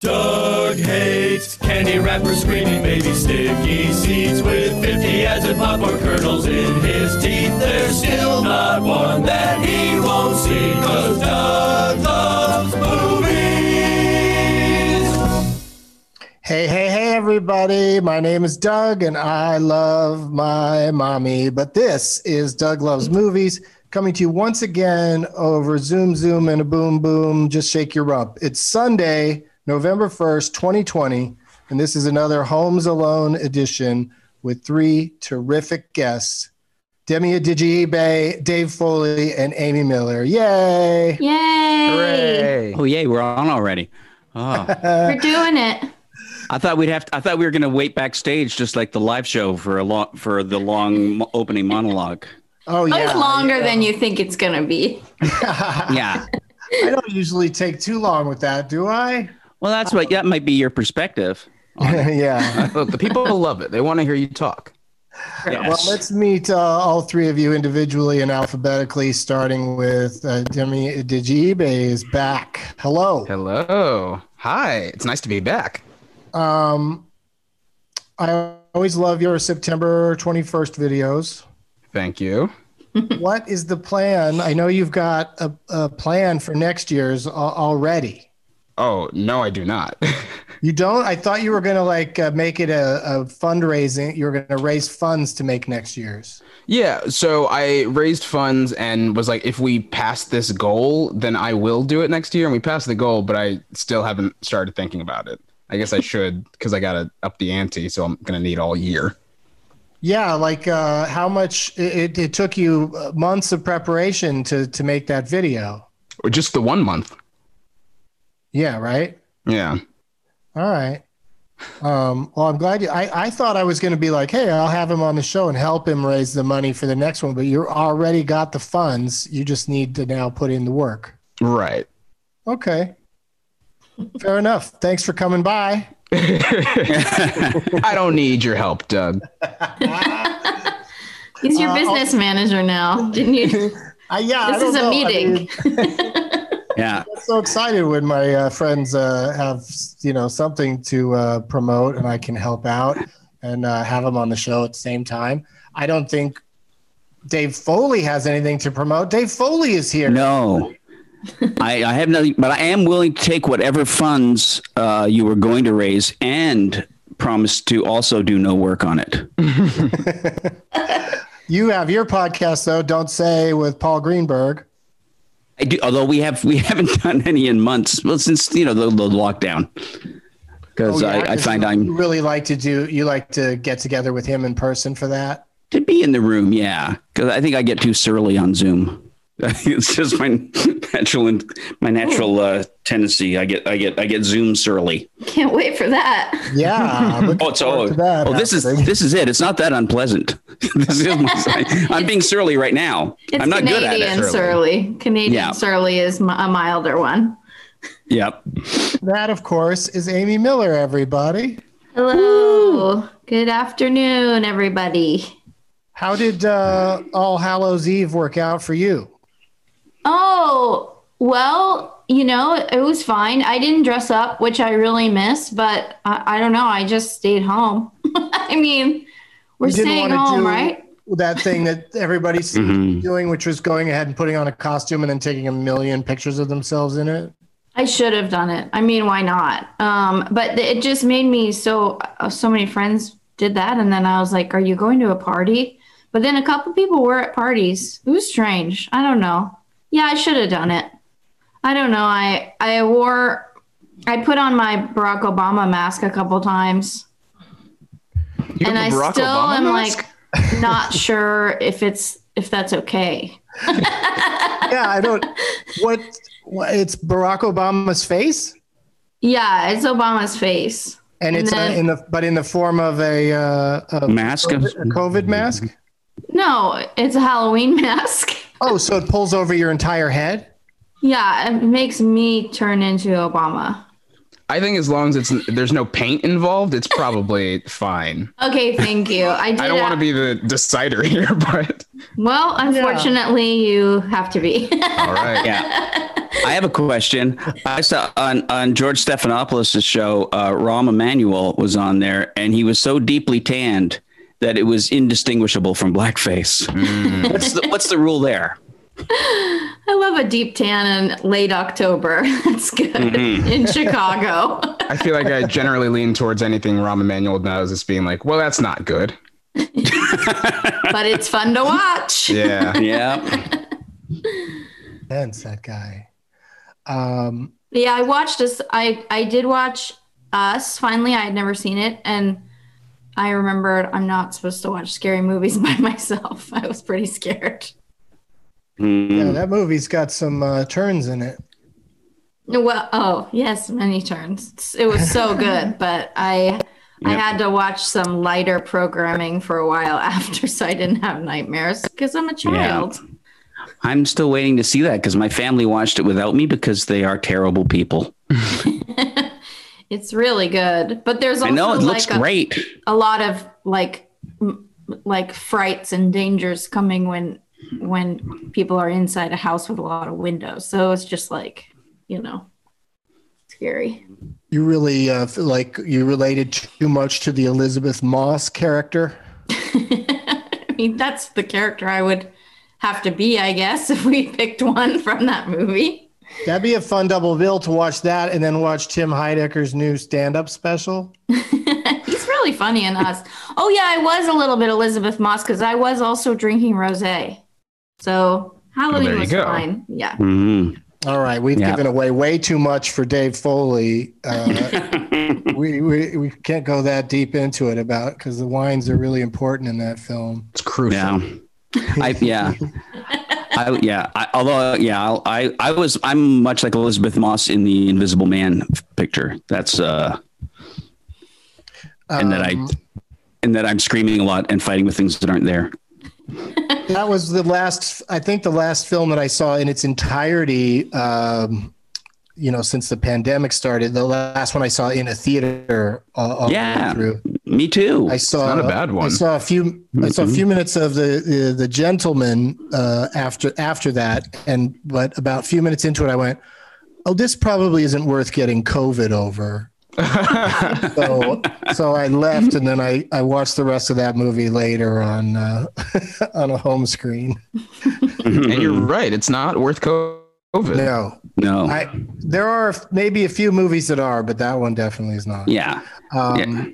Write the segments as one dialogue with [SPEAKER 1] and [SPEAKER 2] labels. [SPEAKER 1] Doug hates candy wrappers, screaming baby sticky seeds with 50 as if popcorn kernels in his teeth. There's still not one that he won't see, cause Doug loves movies.
[SPEAKER 2] Hey, hey, hey, everybody. My name is Doug, and I love my mommy. But this is Doug Loves Movies coming to you once again over Zoom, Zoom, and a boom, boom. Just shake your rump. It's Sunday, November 1st, 2020, and this is another Homes Alone edition with three terrific guests Demi Adigibe, Dave Foley, and Amy Miller. Yay!
[SPEAKER 3] Yay!
[SPEAKER 4] Oh yay, we're on already. Oh,
[SPEAKER 3] We're doing it.
[SPEAKER 4] I thought we'd have. To, I thought we were going to wait backstage, just like the live show for a long for the long mo- opening monologue.
[SPEAKER 2] Oh, yeah.
[SPEAKER 5] It's longer than you think it's going to be.
[SPEAKER 4] Yeah.
[SPEAKER 2] I don't usually take too long with that, do I?
[SPEAKER 4] Well, that's what. That might be your perspective.
[SPEAKER 2] Oh, yeah.
[SPEAKER 6] Look, the people love it. They want to hear you talk.
[SPEAKER 2] Well,
[SPEAKER 4] Yes.
[SPEAKER 2] let's meet uh, all three of you individually and alphabetically, starting with uh, Demi Digibe is back. Hello.
[SPEAKER 6] Hello. Hi. It's nice to be back.
[SPEAKER 2] Um, I always love your September 21st videos.
[SPEAKER 6] Thank you.
[SPEAKER 2] what is the plan? I know you've got a, a plan for next year's al- already.
[SPEAKER 6] Oh, no, I do not.
[SPEAKER 2] You don't? I thought you were going to like uh, make it a, a fundraising. You were going to raise funds to make next year's.
[SPEAKER 6] yeah. So I raised funds and was like, if we pass this goal, then I will do it next year. And we passed the goal, but I still haven't started thinking about it. I guess I should because I got to up the ante. So I'm going to need all year.
[SPEAKER 2] Yeah, like uh, how much it, it, it took you uh, months of preparation to to make that video.
[SPEAKER 6] Or just the one month.
[SPEAKER 2] Yeah, right.
[SPEAKER 6] Yeah.
[SPEAKER 2] All right. Um, well, I'm glad you. I, I thought I was going to be like, hey, I'll have him on the show and help him raise the money for the next one, but you already got the funds. You just need to now put in the work.
[SPEAKER 6] Right.
[SPEAKER 2] Okay. Fair enough. Thanks for coming by.
[SPEAKER 6] I don't need your help, Doug.
[SPEAKER 5] He's your business manager now. Didn't you?
[SPEAKER 2] I, yeah, I
[SPEAKER 5] This is
[SPEAKER 2] don't
[SPEAKER 5] a
[SPEAKER 2] know. I
[SPEAKER 5] meeting.
[SPEAKER 2] mean,
[SPEAKER 4] Yeah.
[SPEAKER 2] I'm so excited when my uh, friends uh, have you know something to uh, promote and I can help out and uh, have them on the show at the same time. I don't think Dave Foley has anything to promote. Dave Foley is here.
[SPEAKER 4] No. I, I have nothing, but I am willing to take whatever funds uh, you were going to raise and promise to also do no work on it.
[SPEAKER 2] You have your podcast though. Don't say with Paul Greenberg.
[SPEAKER 4] I do, although we have we haven't done any in months. Well, since you know the, the lockdown,
[SPEAKER 5] Oh,
[SPEAKER 4] because I, I find
[SPEAKER 2] you
[SPEAKER 4] I'm
[SPEAKER 2] really like to do. You like to get together with him in person for that.
[SPEAKER 4] to be in the room. Yeah, because I think I get too surly on Zoom. it's just my natural and my natural uh, tendency. I get I get I get Zoom surly.
[SPEAKER 5] Can't wait for that.
[SPEAKER 2] Yeah.
[SPEAKER 4] Oh, it's oh,
[SPEAKER 2] that
[SPEAKER 4] oh this is
[SPEAKER 2] happening.
[SPEAKER 4] this is it. It's not that unpleasant. this is my sign. I'm being surly right now.
[SPEAKER 5] It's
[SPEAKER 4] I'm not
[SPEAKER 5] Canadian
[SPEAKER 4] good at it.
[SPEAKER 5] surly. Canadian
[SPEAKER 4] Yeah.
[SPEAKER 5] surly is mi- a milder one.
[SPEAKER 4] Yep.
[SPEAKER 2] That, of course, is Amy Miller, everybody.
[SPEAKER 5] Hello. Good afternoon, everybody.
[SPEAKER 2] How did uh, All Hallows Eve work out for you?
[SPEAKER 5] Oh, well, you know, it was fine. I didn't dress up, which I really miss, but I, I don't know. I just stayed home. I mean, we're
[SPEAKER 2] You didn't
[SPEAKER 5] staying
[SPEAKER 2] wanna
[SPEAKER 5] home,
[SPEAKER 2] do
[SPEAKER 5] right?
[SPEAKER 2] That thing that everybody's
[SPEAKER 4] Mhm.
[SPEAKER 2] doing, which was going ahead and putting on a costume and then taking a million pictures of themselves in it.
[SPEAKER 5] I should have done it. I mean, why not? Um, but th- it just made me so uh, so many friends did that, and then I was like, "Are you going to a party?" But then a couple people were at parties. It was strange. I don't know. Yeah, I should have done it. I don't know. I I wore, I put on my Barack Obama mask a couple times,
[SPEAKER 6] You
[SPEAKER 5] and I
[SPEAKER 6] have a Barack
[SPEAKER 5] still
[SPEAKER 6] Obama
[SPEAKER 5] am
[SPEAKER 6] mask?
[SPEAKER 5] like not sure if it's if that's okay.
[SPEAKER 2] Yeah, I don't. what, what? It's Barack Obama's face,
[SPEAKER 5] Yeah, it's Obama's face.
[SPEAKER 2] and it's
[SPEAKER 5] then-
[SPEAKER 2] uh, in the but in the form of a, uh, a
[SPEAKER 4] Mask.
[SPEAKER 2] a COVID mask.
[SPEAKER 5] No, it's a Halloween mask.
[SPEAKER 2] Oh, so it pulls over your entire head.
[SPEAKER 5] Yeah, it makes me turn into Obama.
[SPEAKER 6] I think as long as it's there's no paint involved, it's probably fine.
[SPEAKER 5] Okay, thank you. I, did
[SPEAKER 6] I don't want
[SPEAKER 5] a-
[SPEAKER 6] to be the decider here, but
[SPEAKER 5] Well, unfortunately, you have to be.
[SPEAKER 6] all right.
[SPEAKER 4] Yeah. I have a question. I saw on, on George Stephanopoulos' show, uh, Rahm Emanuel was on there, and he was so deeply tanned that it was indistinguishable from blackface. What's, the, what's the rule there?
[SPEAKER 5] I love a deep tan in late October. That's good
[SPEAKER 6] Mm-hmm.
[SPEAKER 5] in Chicago.
[SPEAKER 6] I feel like I generally lean towards anything Rahm Emanuel knows as being like, well, that's not good.
[SPEAKER 5] but it's fun to watch.
[SPEAKER 6] Yeah.
[SPEAKER 4] Yeah.
[SPEAKER 2] That's that guy. Um,
[SPEAKER 5] Yeah, I watched us. I I did watch Us. Finally, I had never seen it, and I remembered I'm not supposed to watch scary movies by myself. I was pretty scared.
[SPEAKER 4] Hmm.
[SPEAKER 2] yeah, that movie's got some uh, turns in it.
[SPEAKER 5] Well, oh yes, many turns. It was so good, but I I had to watch some lighter programming for a while after, so I didn't have nightmares because I'm a child.
[SPEAKER 4] I'm still waiting to see that because my family watched it without me because they are terrible people.
[SPEAKER 5] It's really good, but there's
[SPEAKER 4] I
[SPEAKER 5] also
[SPEAKER 4] know it looks
[SPEAKER 5] like a,
[SPEAKER 4] great.
[SPEAKER 5] a lot of like m- like frights and dangers coming when when people are inside a house with a lot of windows. So it's just like you know scary.
[SPEAKER 2] You really uh, feel like you related too much to the Elizabeth Moss character.
[SPEAKER 5] I mean, that's the character I would have to be, I guess, if we picked one from that movie.
[SPEAKER 2] That'd be a fun double bill to watch that and then watch Tim Heidecker's new stand-up special.
[SPEAKER 5] He's really funny in us. Oh yeah, I was a little bit Elizabeth Moss because I was also drinking rosé. So Halloween
[SPEAKER 6] There you
[SPEAKER 5] was
[SPEAKER 6] go.
[SPEAKER 5] fine. Yeah.
[SPEAKER 4] Mhm.
[SPEAKER 2] All right, we've
[SPEAKER 4] Yeah.
[SPEAKER 2] given away way too much for Dave Foley. Uh, we, we we can't go that deep into it about because the wines are really important in that film.
[SPEAKER 6] It's crucial.
[SPEAKER 4] Yeah. I yeah. I yeah. I, although yeah, I'll- I I was I'm much like Elizabeth Moss in the Invisible Man picture. That's uh and that
[SPEAKER 5] Um,
[SPEAKER 4] I and that I'm screaming a lot and fighting with things that aren't there.
[SPEAKER 2] That was the last, I think, the last film that I saw in its entirety. Um, you know, since the pandemic started, the last one I saw in a theater. All, all the way
[SPEAKER 4] Yeah.
[SPEAKER 2] through.
[SPEAKER 4] Me too.
[SPEAKER 2] I saw
[SPEAKER 6] not a bad
[SPEAKER 2] I
[SPEAKER 6] one. Mm-hmm.
[SPEAKER 2] saw a few. I saw a few minutes of the the, the gentleman uh, after after that, and but about a few minutes into it, I went, "Oh, this probably isn't worth getting COVID over." so so I left, and then I I watched the rest of that movie later on uh, on a home screen.
[SPEAKER 6] And you're
[SPEAKER 4] Mm-hmm.
[SPEAKER 6] right. It's not worth COVID.
[SPEAKER 2] No,
[SPEAKER 4] no.
[SPEAKER 2] I there are maybe a few movies that are, but that one definitely is not.
[SPEAKER 4] yeah.
[SPEAKER 2] Um,
[SPEAKER 4] yeah.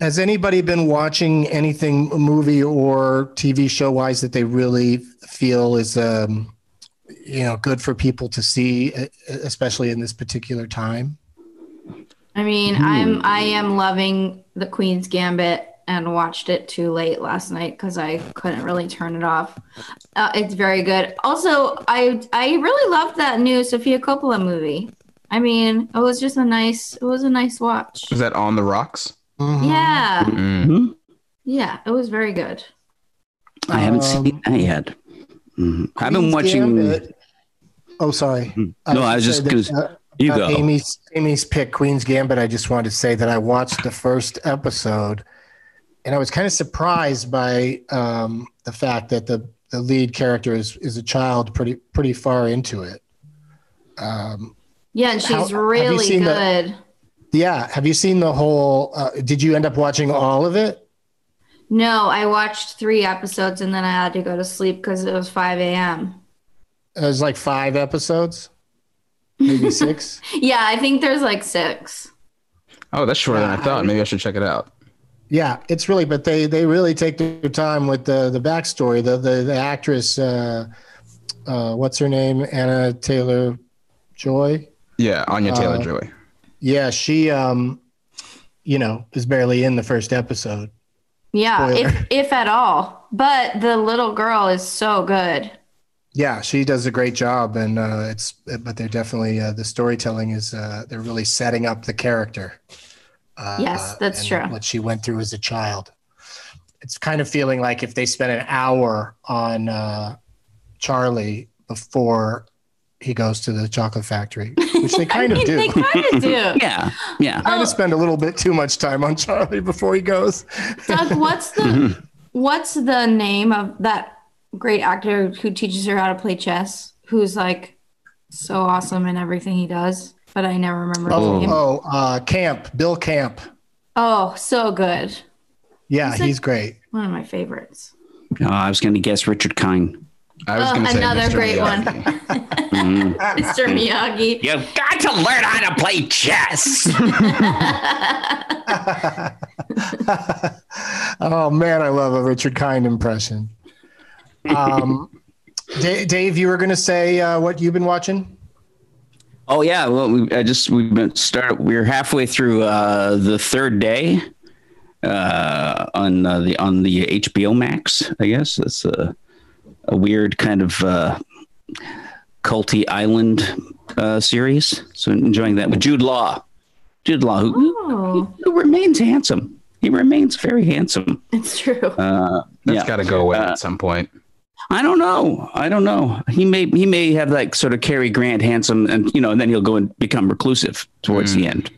[SPEAKER 2] Has anybody been watching anything movie or TV show wise that they really feel is um, you know good for people to see, e- especially in this particular time?
[SPEAKER 5] I mean,
[SPEAKER 2] Hmm.
[SPEAKER 5] I'm I am loving the Queen's Gambit and watched it too late last night because I couldn't really turn it off. Uh, it's very good. Also, I I really loved that new Sofia Coppola movie. I mean, it was just a nice it was a nice
[SPEAKER 2] Mm-hmm.
[SPEAKER 5] watch.
[SPEAKER 4] Mm-hmm.
[SPEAKER 6] Is that on the rocks?
[SPEAKER 5] Yeah,
[SPEAKER 6] Mm.
[SPEAKER 5] yeah, it was very good.
[SPEAKER 4] I haven't
[SPEAKER 2] Um,
[SPEAKER 4] seen that yet. Mhm. I've been
[SPEAKER 2] Queen's
[SPEAKER 4] watching.
[SPEAKER 2] Gambit- Oh, sorry.
[SPEAKER 4] No, I was just
[SPEAKER 2] gonna
[SPEAKER 4] because
[SPEAKER 2] say that, uh,
[SPEAKER 4] you
[SPEAKER 2] Uh,
[SPEAKER 4] go.
[SPEAKER 2] Amy's Amy's pick, Queen's Gambit. I just wanted to say that I watched the first episode, and I was kind of surprised by um, the fact that the, the lead character is is a child pretty pretty far into it. Um,
[SPEAKER 5] Yeah, and
[SPEAKER 2] How- have
[SPEAKER 5] she's
[SPEAKER 2] you
[SPEAKER 5] really
[SPEAKER 2] seen
[SPEAKER 5] good.
[SPEAKER 2] the- yeah, have you seen the whole? Uh, did you end up watching all of it?
[SPEAKER 5] No, I watched three episodes and then I had to go to sleep because it was 5 a.m.
[SPEAKER 2] It was like five episodes, maybe six.
[SPEAKER 5] Yeah, I think there's like six.
[SPEAKER 6] Oh, that's shorter than I
[SPEAKER 5] Uh,
[SPEAKER 6] thought. Maybe I should check it out.
[SPEAKER 2] Yeah, it's really, but they they really take their time with the the backstory. The the, the actress, uh, uh, what's her name, Anna Taylor Joy.
[SPEAKER 6] Yeah, Anya Taylor
[SPEAKER 2] Uh,
[SPEAKER 6] Joy.
[SPEAKER 2] Yeah, she, um, you know, is barely in the first episode.
[SPEAKER 5] Yeah,
[SPEAKER 2] Spoiler.
[SPEAKER 5] if, if at all. But the little girl is so good.
[SPEAKER 2] Yeah, she does a great job, and uh, it's but they're definitely uh, the storytelling is uh, they're really setting up the character. Uh,
[SPEAKER 5] Yes, that's
[SPEAKER 2] and
[SPEAKER 5] true.
[SPEAKER 2] What she went through as a child. It's kind of feeling like if they spent an hour on uh, Charlie before he goes to the chocolate factory, which they kind of do.
[SPEAKER 5] They kind of do.
[SPEAKER 4] Yeah, yeah.
[SPEAKER 2] kind of spend a little bit too much time on Charlie before he goes.
[SPEAKER 5] Doug, what's
[SPEAKER 2] Mm-hmm.
[SPEAKER 5] the what's the name of that great actor who teaches her how to play chess? Who's like so awesome in everything he does, but I never remember his
[SPEAKER 2] Oh,
[SPEAKER 5] name. Oh,
[SPEAKER 2] oh uh, Camp, Bill Camp.
[SPEAKER 5] so good.
[SPEAKER 2] Yeah,
[SPEAKER 5] He's a-
[SPEAKER 2] he's great.
[SPEAKER 5] One of my favorites.
[SPEAKER 4] Oh, I was going to guess Richard Kine.
[SPEAKER 6] I was
[SPEAKER 5] Oh,
[SPEAKER 6] gonna say
[SPEAKER 5] another
[SPEAKER 6] Mr.
[SPEAKER 5] great one.
[SPEAKER 6] Miyagi.
[SPEAKER 2] Mm-hmm.
[SPEAKER 5] Mr. Miyagi.
[SPEAKER 4] You've got to learn how to play chess.
[SPEAKER 2] oh man, I love a Richard Kind impression. Um, Da- Dave, you were going to say uh, what you've been watching?
[SPEAKER 4] oh yeah, well, we, I just we've been start. We're halfway through uh, the third day uh, on uh, the on the HBO Max. I guess that's a, a weird kind of uh, culty island uh, series. So enjoying that with Jude Law. Jude Law, who,
[SPEAKER 5] Oh,
[SPEAKER 4] who remains handsome. He remains very handsome.
[SPEAKER 5] it's true.
[SPEAKER 4] Uh,
[SPEAKER 6] That's
[SPEAKER 4] yeah.
[SPEAKER 6] got to go away
[SPEAKER 4] Uh,
[SPEAKER 6] at some point.
[SPEAKER 4] I don't know. I don't know. He may he may have like sort of Cary Grant handsome, and you know, and then he'll go and become reclusive towards the end.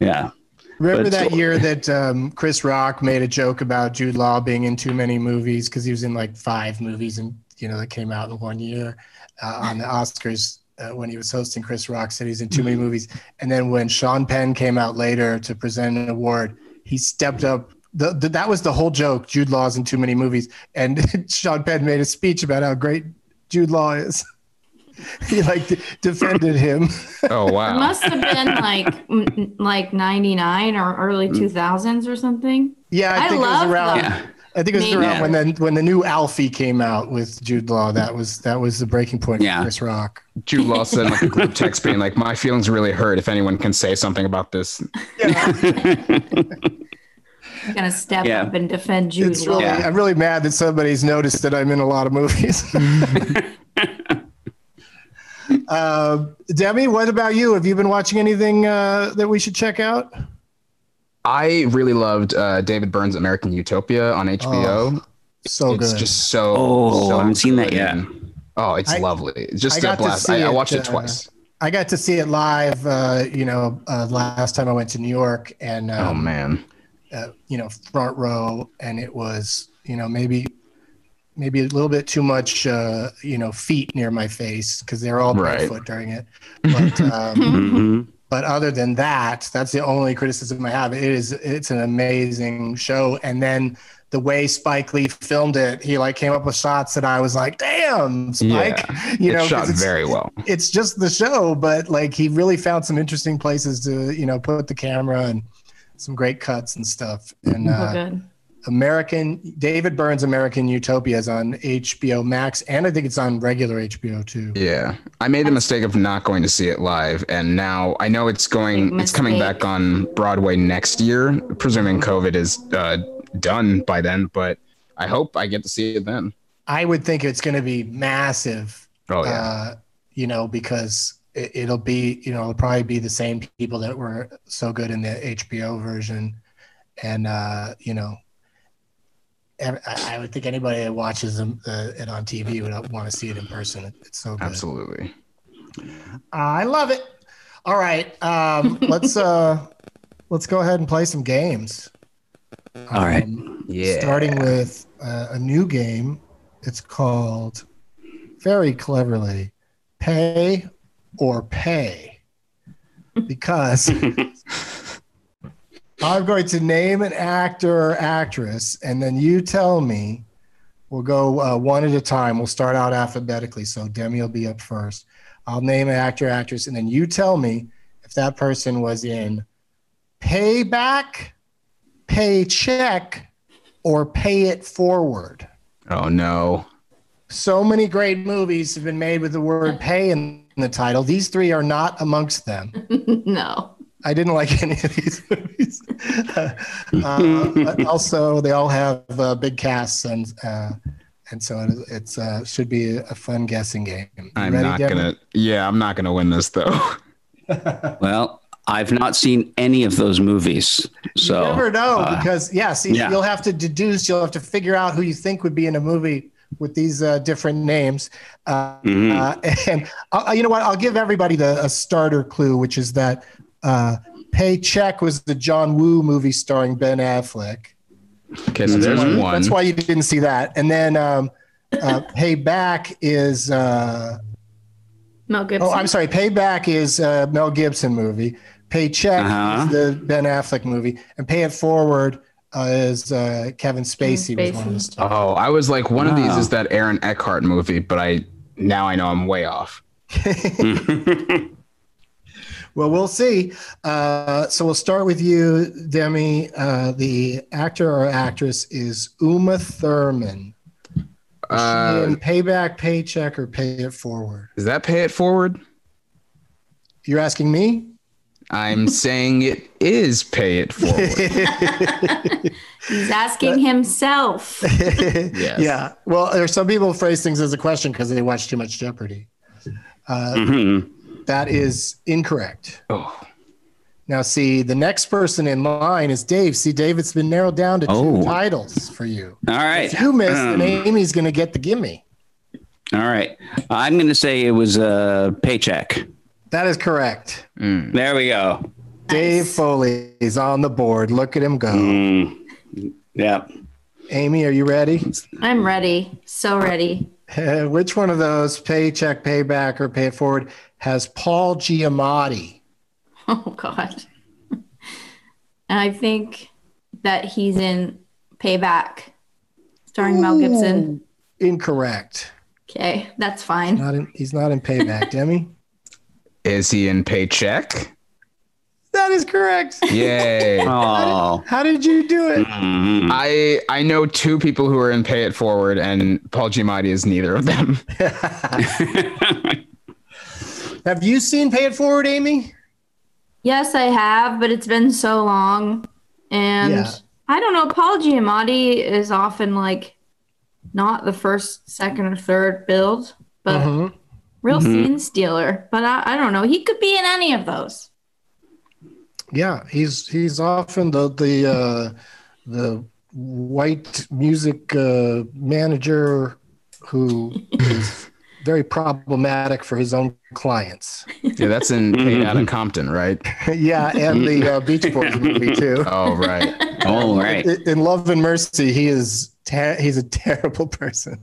[SPEAKER 4] Yeah.
[SPEAKER 2] Remember
[SPEAKER 4] But-
[SPEAKER 2] that year that um, Chris Rock made a joke about Jude Law being in too many movies because he was in like five movies and you know that came out in one year uh, on the Oscars uh, when he was hosting. Chris Rock said he's in too many movies, and then when Sean Penn came out later to present an award, he stepped up. The, the, that was the whole joke. Jude Law's in too many movies, and Sean Penn made a speech about how great Jude Law is. he like d- defended him.
[SPEAKER 6] Oh
[SPEAKER 5] It
[SPEAKER 6] wow.
[SPEAKER 5] must have been like m- like 99 or early 2000s or something.
[SPEAKER 2] Yeah, I,
[SPEAKER 5] I
[SPEAKER 2] think it was
[SPEAKER 5] love
[SPEAKER 2] around.
[SPEAKER 5] that.
[SPEAKER 2] I think it was
[SPEAKER 5] Maybe.
[SPEAKER 2] around when then when the new Alfie came out with Jude Law. That was that was the breaking point
[SPEAKER 4] Yeah.
[SPEAKER 2] for Chris Rock.
[SPEAKER 6] Jude Law sent like a group text being like, "My feelings really hurt. If anyone can say something about this,
[SPEAKER 5] Gonna step
[SPEAKER 4] Yeah.
[SPEAKER 5] up and defend Jude
[SPEAKER 2] It's
[SPEAKER 5] Law.
[SPEAKER 2] really
[SPEAKER 4] Yeah.
[SPEAKER 2] I'm really mad that somebody's noticed that I'm in a lot of movies. uh, Demi, what about you? Have you been watching anything uh, that we should check out?
[SPEAKER 6] I really loved uh, David Burns' American Utopia on HBO.
[SPEAKER 2] So
[SPEAKER 6] it's
[SPEAKER 2] Oh, good.
[SPEAKER 6] just so.
[SPEAKER 4] Oh,
[SPEAKER 6] so
[SPEAKER 4] I haven't seen that
[SPEAKER 6] good.
[SPEAKER 4] yet.
[SPEAKER 6] Oh, it's
[SPEAKER 2] I-
[SPEAKER 6] lovely. It's just
[SPEAKER 2] I
[SPEAKER 6] a
[SPEAKER 2] got to
[SPEAKER 6] blast.
[SPEAKER 2] see
[SPEAKER 6] I, I
[SPEAKER 2] it,
[SPEAKER 6] watched it
[SPEAKER 2] uh,
[SPEAKER 6] twice.
[SPEAKER 2] I got to see it live. Uh, you know, uh, last time I went to New York, and um,
[SPEAKER 6] oh man.
[SPEAKER 2] uh, you know front row and it was you know maybe maybe a little bit too much uh, you know feet near my face because they're all
[SPEAKER 6] Right.
[SPEAKER 2] barefoot during it but um,
[SPEAKER 4] Mm-hmm.
[SPEAKER 2] but other than that that's the only criticism i have it is it's an amazing show and then the way spike lee filmed it he like came up with shots that i was like damn spike you
[SPEAKER 6] It
[SPEAKER 2] know 'cause
[SPEAKER 6] shot
[SPEAKER 2] it's-
[SPEAKER 6] very well.
[SPEAKER 2] it's just the show, but like he really found some interesting places to, you know, put the camera and some great cuts and stuff. And
[SPEAKER 5] So
[SPEAKER 2] uh,
[SPEAKER 5] good.
[SPEAKER 2] American David Burns American Utopia is on HBO Max, and I think it's on regular HBO too.
[SPEAKER 6] Yeah, I made the mistake of not going to see it live, and now I know it's going.
[SPEAKER 5] Big
[SPEAKER 6] It's coming
[SPEAKER 5] mistake.
[SPEAKER 6] back on Broadway next year, presuming
[SPEAKER 2] Mm-hmm.
[SPEAKER 6] COVID is uh, done by then. But I hope I get to see it then.
[SPEAKER 2] I would think it's going to be massive,
[SPEAKER 6] Oh yeah.
[SPEAKER 2] uh, you know, because it, it'll be, you know, it'll probably be the same people that were so good in the HBO version, and uh, you know. ev- I I would think anybody that watches them, uh, it on TV would want to see it in person. It- It's so good. Uh,
[SPEAKER 6] Absolutely.
[SPEAKER 2] I love it. All right, um, let's uh, let's go ahead and play some games. Um,
[SPEAKER 4] All right.
[SPEAKER 6] Yeah.
[SPEAKER 2] Starting with uh, a new game. It's called very cleverly Pay or Pay. Because I'm going to name an actor or actress, and then you tell me. We'll go uh, one at a time. We'll start out alphabetically. So Demi will be up first. I'll name an actor, actress, and then you tell me if that person was in Payback, Paycheck, or Pay It Forward.
[SPEAKER 6] Oh no.
[SPEAKER 2] So many great movies have been made with the word pay in the title. These three are not amongst them.
[SPEAKER 5] no.
[SPEAKER 2] I didn't like any of these movies. uh, but also, they all have uh, big casts, and uh, and so it, it's uh, should be a fun guessing game. You
[SPEAKER 6] I'm
[SPEAKER 2] ready,
[SPEAKER 6] not
[SPEAKER 2] Devin?
[SPEAKER 6] gonna. Yeah, I'm not gonna win this though.
[SPEAKER 4] Well, I've not seen any of those movies, so
[SPEAKER 2] you never know
[SPEAKER 4] uh,
[SPEAKER 2] because yeah, see,
[SPEAKER 4] yeah.
[SPEAKER 2] you'll have to deduce. You'll have to figure out who you think would be in a movie with these uh, different names. Uh,
[SPEAKER 4] mhm.
[SPEAKER 2] Uh, and i you know what? I'll give everybody the a starter clue, which is that uh, Paycheck was the John Woo movie starring Ben Affleck.
[SPEAKER 6] Okay, so there's
[SPEAKER 2] That's why-
[SPEAKER 6] one.
[SPEAKER 2] Mm-hmm. That's why you didn't see that. And then um, uh, Payback is uh,
[SPEAKER 5] Mel Gibson.
[SPEAKER 2] oh, I'm sorry, Payback is uh, Mel Gibson movie. Paycheck
[SPEAKER 4] Uh-huh.
[SPEAKER 2] is the Ben Affleck movie, and Pay It Forward uh, is uh, Kevin Spacey was one of the
[SPEAKER 5] Spacey.
[SPEAKER 2] stars.
[SPEAKER 6] Oh, I was like, one of these
[SPEAKER 4] Wow.
[SPEAKER 6] is that Aaron Eckhart movie, but I now I know I'm way off.
[SPEAKER 2] Well, we'll see. Uh, so we'll start with you, Demi. Uh, the actor or actress is Uma Thurman. Was she
[SPEAKER 6] Uh,
[SPEAKER 2] in Payback, Paycheck, or Pay It Forward?
[SPEAKER 6] is that Pay It Forward?
[SPEAKER 2] You're asking me?
[SPEAKER 6] I'm saying it is Pay It Forward.
[SPEAKER 5] He's asking himself.
[SPEAKER 6] Yes.
[SPEAKER 2] Yeah. Well, there's some people who phrase things as a question because they watch too much Jeopardy. Uh,
[SPEAKER 4] Mhm.
[SPEAKER 2] That is incorrect.
[SPEAKER 6] Oh,
[SPEAKER 2] Now, see, the next person in line is Dave. See, David's been narrowed down to two
[SPEAKER 4] Oh.
[SPEAKER 2] titles for you.
[SPEAKER 4] All right.
[SPEAKER 2] If you miss, then
[SPEAKER 4] Um,
[SPEAKER 2] Amy's going to get the gimme.
[SPEAKER 4] All right. I'm going to say it was a paycheck.
[SPEAKER 2] That is correct.
[SPEAKER 4] There we go.
[SPEAKER 2] Dave Foley is on the board. Look at him go.
[SPEAKER 4] Mm. Yep.
[SPEAKER 2] Amy, are you ready?
[SPEAKER 5] I'm ready. So ready.
[SPEAKER 2] Which one of those, paycheck, payback, or pay it forward, has Paul Giamatti?
[SPEAKER 5] Oh God. And I think that he's in Payback, starring Mel Gibson.
[SPEAKER 2] Incorrect.
[SPEAKER 5] Okay, that's fine.
[SPEAKER 2] Not in, he's not in payback, Demi.
[SPEAKER 6] is he in Paycheck?
[SPEAKER 2] That is correct.
[SPEAKER 6] Yay!
[SPEAKER 2] Um,
[SPEAKER 4] Oh.
[SPEAKER 2] How did you do it?
[SPEAKER 4] Mhm.
[SPEAKER 6] I I know two people who are in Pay It Forward, and Paul Giamatti is neither of them.
[SPEAKER 2] Have you seen Pay It Forward, Amy?
[SPEAKER 5] Yes, I have, but it's been so long, and
[SPEAKER 2] Yeah.
[SPEAKER 5] I don't know. Paul Giamatti is often like not the first, second, or third build, but
[SPEAKER 2] Mhm.
[SPEAKER 5] real scene stealer. But I, I don't know. He could be in any of those.
[SPEAKER 2] Yeah, he's he's often the the uh, the white music uh, manager who is very problematic for his own clients.
[SPEAKER 6] Yeah, that's in
[SPEAKER 2] Mm-hmm.
[SPEAKER 6] Paid Out of Compton, right?
[SPEAKER 2] yeah, and the uh, Beach Boys movie too.
[SPEAKER 6] Oh, right.
[SPEAKER 4] All right.
[SPEAKER 2] In in Love and Mercy, he is ter- he's a terrible person.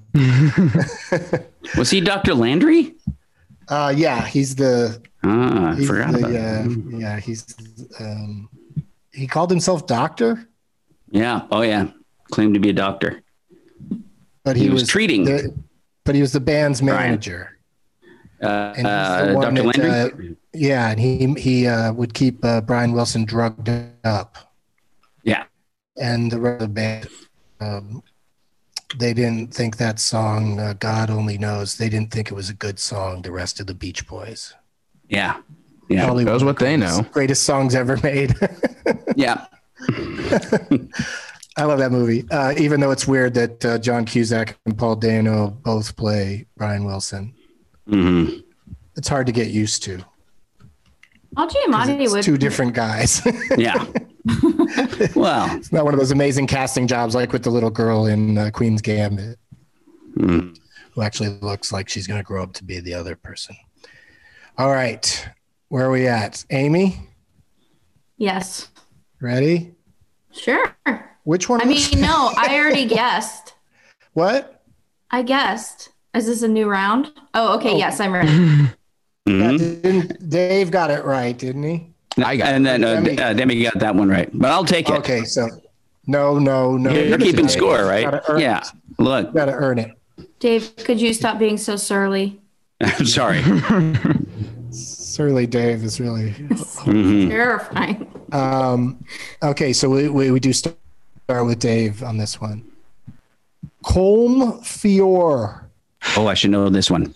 [SPEAKER 4] Was he Dr. Landry?
[SPEAKER 2] Uh, yeah, he's the
[SPEAKER 4] Ah, I
[SPEAKER 2] he's
[SPEAKER 4] forgot
[SPEAKER 2] the,
[SPEAKER 4] about
[SPEAKER 2] uh,
[SPEAKER 4] that. Hmm.
[SPEAKER 2] yeah he's um, he called himself doctor.
[SPEAKER 4] Yeah. Oh, yeah. Claimed to be a doctor.
[SPEAKER 2] but
[SPEAKER 4] He was treating.
[SPEAKER 2] the- but he was the band's
[SPEAKER 4] Brian.
[SPEAKER 2] manager,
[SPEAKER 4] Uh,
[SPEAKER 2] and he's the
[SPEAKER 4] uh, Dr.
[SPEAKER 2] one that,
[SPEAKER 4] Landry?
[SPEAKER 2] uh, yeah, and he he uh, would keep uh, Brian Wilson drugged up,
[SPEAKER 4] yeah.
[SPEAKER 2] and the rest of the band. Um, they didn't think that song uh, "God Only Knows." They didn't think it was a good song. The rest of the Beach Boys.
[SPEAKER 4] Yeah. Yeah.
[SPEAKER 2] Probably
[SPEAKER 6] Knows
[SPEAKER 2] one
[SPEAKER 6] what they
[SPEAKER 2] of
[SPEAKER 6] know.
[SPEAKER 2] the greatest songs ever made.
[SPEAKER 4] Yeah.
[SPEAKER 2] I love that movie, uh, even though it's weird that uh, John Cusack and Paul Dano both play Brian Wilson.
[SPEAKER 4] Mhm.
[SPEAKER 2] It's hard to get used to.
[SPEAKER 5] Al Giamatti
[SPEAKER 2] It's
[SPEAKER 5] would.
[SPEAKER 2] two different guys.
[SPEAKER 4] Yeah. well,
[SPEAKER 2] it's not one of those amazing casting jobs like with the little girl in uh, Queen's Gambit, who actually looks like she's going to grow up to be the other person. All right, where are we at? Amy,
[SPEAKER 5] Yes.
[SPEAKER 2] ready?
[SPEAKER 5] Sure.
[SPEAKER 2] Which one?
[SPEAKER 5] I
[SPEAKER 2] was-
[SPEAKER 5] mean, no, I already guessed.
[SPEAKER 2] what?
[SPEAKER 5] I guessed. Is this a new round? Oh, okay. Yes, I'm ready.
[SPEAKER 2] Yeah,
[SPEAKER 4] mm-hmm. Hmm?
[SPEAKER 2] didn't, Dave got it right, didn't he?
[SPEAKER 6] I got
[SPEAKER 4] and then uh,
[SPEAKER 2] Demi.
[SPEAKER 4] Demi. Uh, Demi got that one right, but I'll take it.
[SPEAKER 2] Okay, so no, no, no.
[SPEAKER 4] You're keeping score, right?
[SPEAKER 2] Gotta earn
[SPEAKER 4] Yeah.
[SPEAKER 2] it.
[SPEAKER 4] Look,
[SPEAKER 2] Got to earn it.
[SPEAKER 5] Dave, could you stop being so surly?
[SPEAKER 4] I'm sorry.
[SPEAKER 2] Surly Dave is really
[SPEAKER 5] Terrifying.
[SPEAKER 2] Um, okay, so we, we, we do start with Dave on this one. Colm Fior.
[SPEAKER 4] Oh, I should know this one.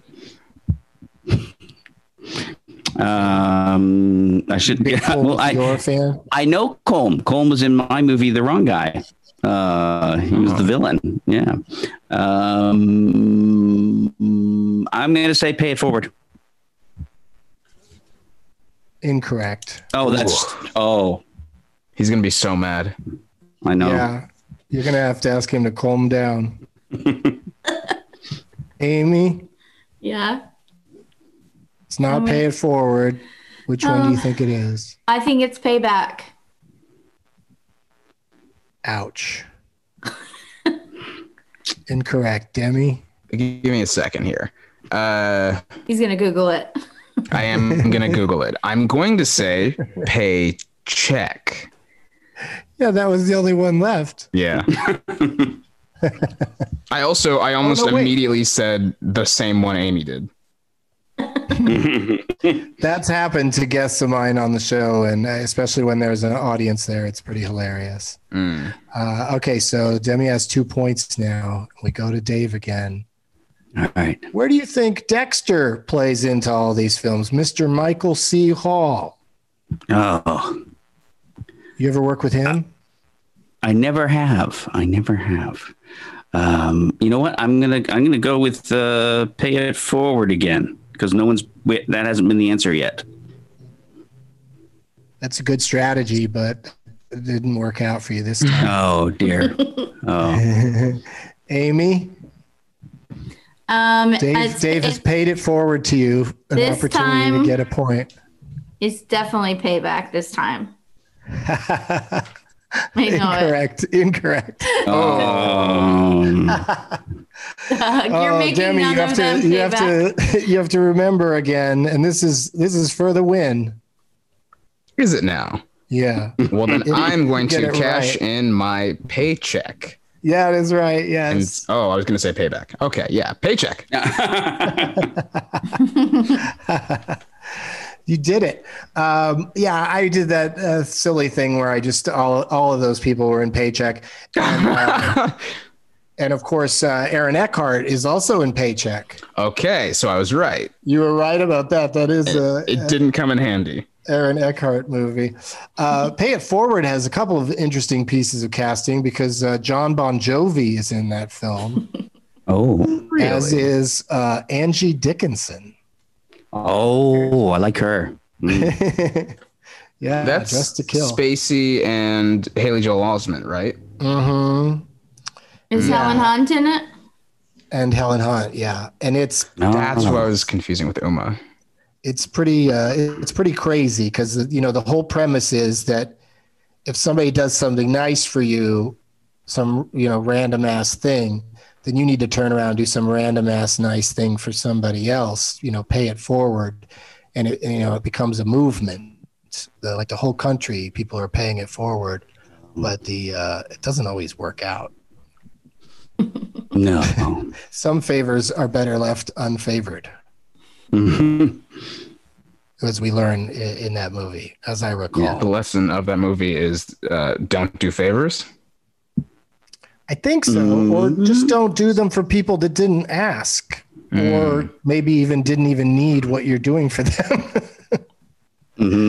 [SPEAKER 4] Um, I should.
[SPEAKER 2] Big
[SPEAKER 4] Yeah,
[SPEAKER 2] Colm
[SPEAKER 4] well, I
[SPEAKER 2] Fior fan.
[SPEAKER 4] I know Colm. Colm was in my movie, The Wrong Guy. Uh, he was the villain. Yeah. Um, I'm gonna say Pay It Forward.
[SPEAKER 2] Incorrect.
[SPEAKER 4] Oh, that's. Oh,
[SPEAKER 6] He's gonna be so mad.
[SPEAKER 4] I know.
[SPEAKER 2] Yeah. You're going to have to ask him to calm down. Amy,
[SPEAKER 5] Yeah.
[SPEAKER 2] it's not pay it forward. Which one do you think it is?
[SPEAKER 5] I think it's payback.
[SPEAKER 2] Ouch. Incorrect. Demi,
[SPEAKER 6] G- Give me a second here. Uh,
[SPEAKER 5] He's gonna Google it.
[SPEAKER 6] I am gonna Google it. I'm going to say pay check.
[SPEAKER 2] yeah, that was the only one left.
[SPEAKER 6] Yeah. I also I almost
[SPEAKER 2] Oh, no, wait.
[SPEAKER 6] immediately said the same one Amy did.
[SPEAKER 2] That's happened to guests of mine on the show, and uh, especially when there's an audience there, it's pretty hilarious. Uh, okay, so Demi has two points now. We go to Dave again.
[SPEAKER 4] All right.
[SPEAKER 2] Where do you think Dexter plays into all these films? Mr. Michael C. Hall.
[SPEAKER 4] Oh.
[SPEAKER 2] You ever work with him?
[SPEAKER 4] I never have. I never have. Um, you know what? I'm gonna I'm gonna go with uh, pay it forward again because no one's wait, that hasn't been the answer yet.
[SPEAKER 2] That's a good strategy, but it didn't work out for you this time.
[SPEAKER 4] Oh dear.
[SPEAKER 2] Amy,
[SPEAKER 5] Um,
[SPEAKER 2] Dave,
[SPEAKER 5] it's,
[SPEAKER 2] Dave has
[SPEAKER 5] it's,
[SPEAKER 2] paid it forward to you an
[SPEAKER 5] This
[SPEAKER 2] opportunity
[SPEAKER 5] time-
[SPEAKER 2] to get a point.
[SPEAKER 5] it's definitely payback this time. I know it.
[SPEAKER 2] Incorrect. Incorrect.
[SPEAKER 4] Um,
[SPEAKER 5] Uh, You're making none
[SPEAKER 2] Oh, you have
[SPEAKER 5] of
[SPEAKER 2] to
[SPEAKER 5] them
[SPEAKER 2] you have
[SPEAKER 5] payback.
[SPEAKER 2] to you have to remember again, and this is this is for the win.
[SPEAKER 6] Is it now?
[SPEAKER 2] Yeah,
[SPEAKER 6] Well then I'm going
[SPEAKER 2] Get
[SPEAKER 6] to
[SPEAKER 2] it
[SPEAKER 6] cash
[SPEAKER 2] right.
[SPEAKER 6] in my paycheck.
[SPEAKER 2] yeah, it is right. Yes,
[SPEAKER 6] And oh, I was gonna say payback. Okay, yeah, paycheck.
[SPEAKER 2] you did it. Um, yeah, I did that uh, silly thing where I just all all of those people were in paycheck, and, uh, and of course uh, Aaron Eckhart is also in paycheck.
[SPEAKER 6] Okay, so I was right.
[SPEAKER 2] You were right about that. That is a
[SPEAKER 6] It didn't come in handy.
[SPEAKER 2] Aaron Eckhart movie. Uh, Pay It Forward has a couple of interesting pieces of casting because uh, John Bon Jovi is in that film,
[SPEAKER 4] oh,
[SPEAKER 2] as is uh, Angie Dickinson.
[SPEAKER 4] oh, I like her.
[SPEAKER 2] Yeah,
[SPEAKER 6] That's
[SPEAKER 2] just to kill.
[SPEAKER 6] Spacey and Haley Joel Osment, right?
[SPEAKER 2] Mhm.
[SPEAKER 5] Is Helen Hunt in it?
[SPEAKER 2] And Helen Hunt, yeah, and it's
[SPEAKER 4] No,
[SPEAKER 6] That's
[SPEAKER 4] Uh-huh.
[SPEAKER 6] what I was confusing with Uma.
[SPEAKER 2] it's pretty uh, it's pretty crazy because you know the whole premise is that if somebody does something nice for you, some you know random ass thing, then you need to turn around and do some random ass nice thing for somebody else. You know, pay it forward, and it you know it becomes a movement. It's The, like the whole country, people are paying it forward, but the uh, it doesn't always work out.
[SPEAKER 4] no.
[SPEAKER 2] Some favors are better left unfavored. As we learn i- in that movie, as I recall.
[SPEAKER 6] The lesson of that movie is uh, don't do favors.
[SPEAKER 2] I think so. Or just don't do them for people that didn't ask, or maybe even didn't even need what you're doing for them.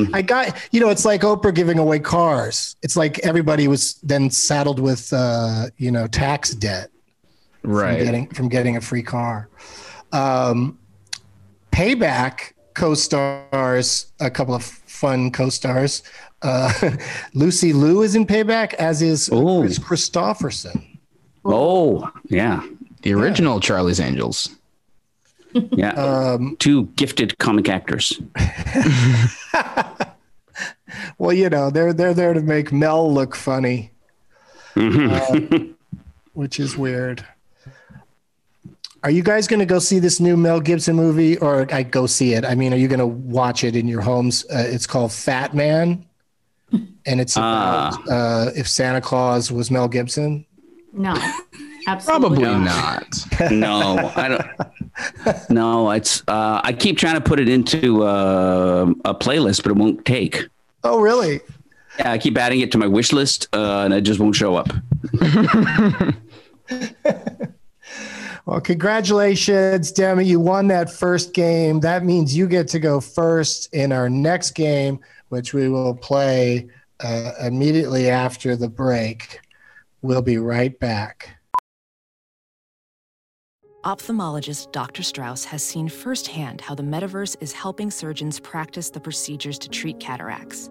[SPEAKER 2] I got, you know, it's like Oprah giving away cars. It's like everybody was then saddled with, uh, you know, tax debt
[SPEAKER 6] Right.
[SPEAKER 2] getting from getting a free car. Um, payback co-stars, a couple of fun co-stars. Uh, Lucy Liu is in Payback, as is
[SPEAKER 4] Ooh.
[SPEAKER 2] Chris Christopherson.
[SPEAKER 4] Oh, yeah.
[SPEAKER 6] The original Charlie's Angels.
[SPEAKER 4] Yeah.
[SPEAKER 2] Um,
[SPEAKER 4] Two gifted comic actors.
[SPEAKER 2] well, you know, they're they're there to make Mel look funny, Uh, which is weird. Are you guys going to go see this new Mel Gibson movie, or I go see it? I mean, are you going to watch it in your homes? Uh, it's called Fat Man, and it's about uh, if Santa Claus was Mel Gibson.
[SPEAKER 5] No, absolutely
[SPEAKER 2] Oh,
[SPEAKER 6] Probably
[SPEAKER 5] not.
[SPEAKER 6] not.
[SPEAKER 4] No, I don't. No, it's. Uh, I keep trying to put it into uh, a playlist, but it won't take.
[SPEAKER 2] Oh, really?
[SPEAKER 4] Yeah, I keep adding it to my wish list, uh, and it just won't show up.
[SPEAKER 2] Well, congratulations, Demi. You won that first game. That means you get to go first in our next game, which we will play uh, immediately after the break. We'll be right back.
[SPEAKER 7] Ophthalmologist Dr. Strauss has seen firsthand how the metaverse is helping surgeons practice the procedures to treat cataracts.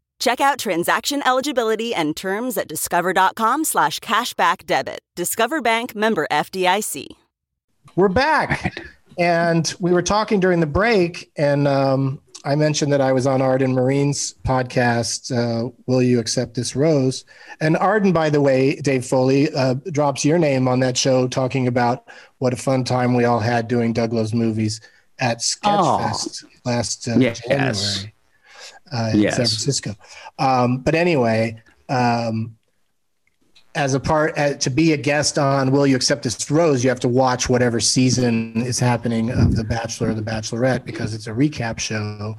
[SPEAKER 8] Check out transaction eligibility and terms at discover.com slash cashback debit. Discover Bank member FDIC.
[SPEAKER 2] We're back. And we were talking during the break, and um, I mentioned that I was on Arden Marine's podcast, uh, Will You Accept This Rose? And Arden, by the way, Dave Foley, uh, drops your name on that show talking about what a fun time we all had doing Doug Loves movies at Sketchfest last uh,
[SPEAKER 4] Yes.
[SPEAKER 2] January uh, in
[SPEAKER 4] Yes.
[SPEAKER 2] San Francisco. Um, but anyway, um, as a part uh, to be a guest on Will You Accept This Rose, you have to watch whatever season is happening of The Bachelor or The Bachelorette because it's a recap show.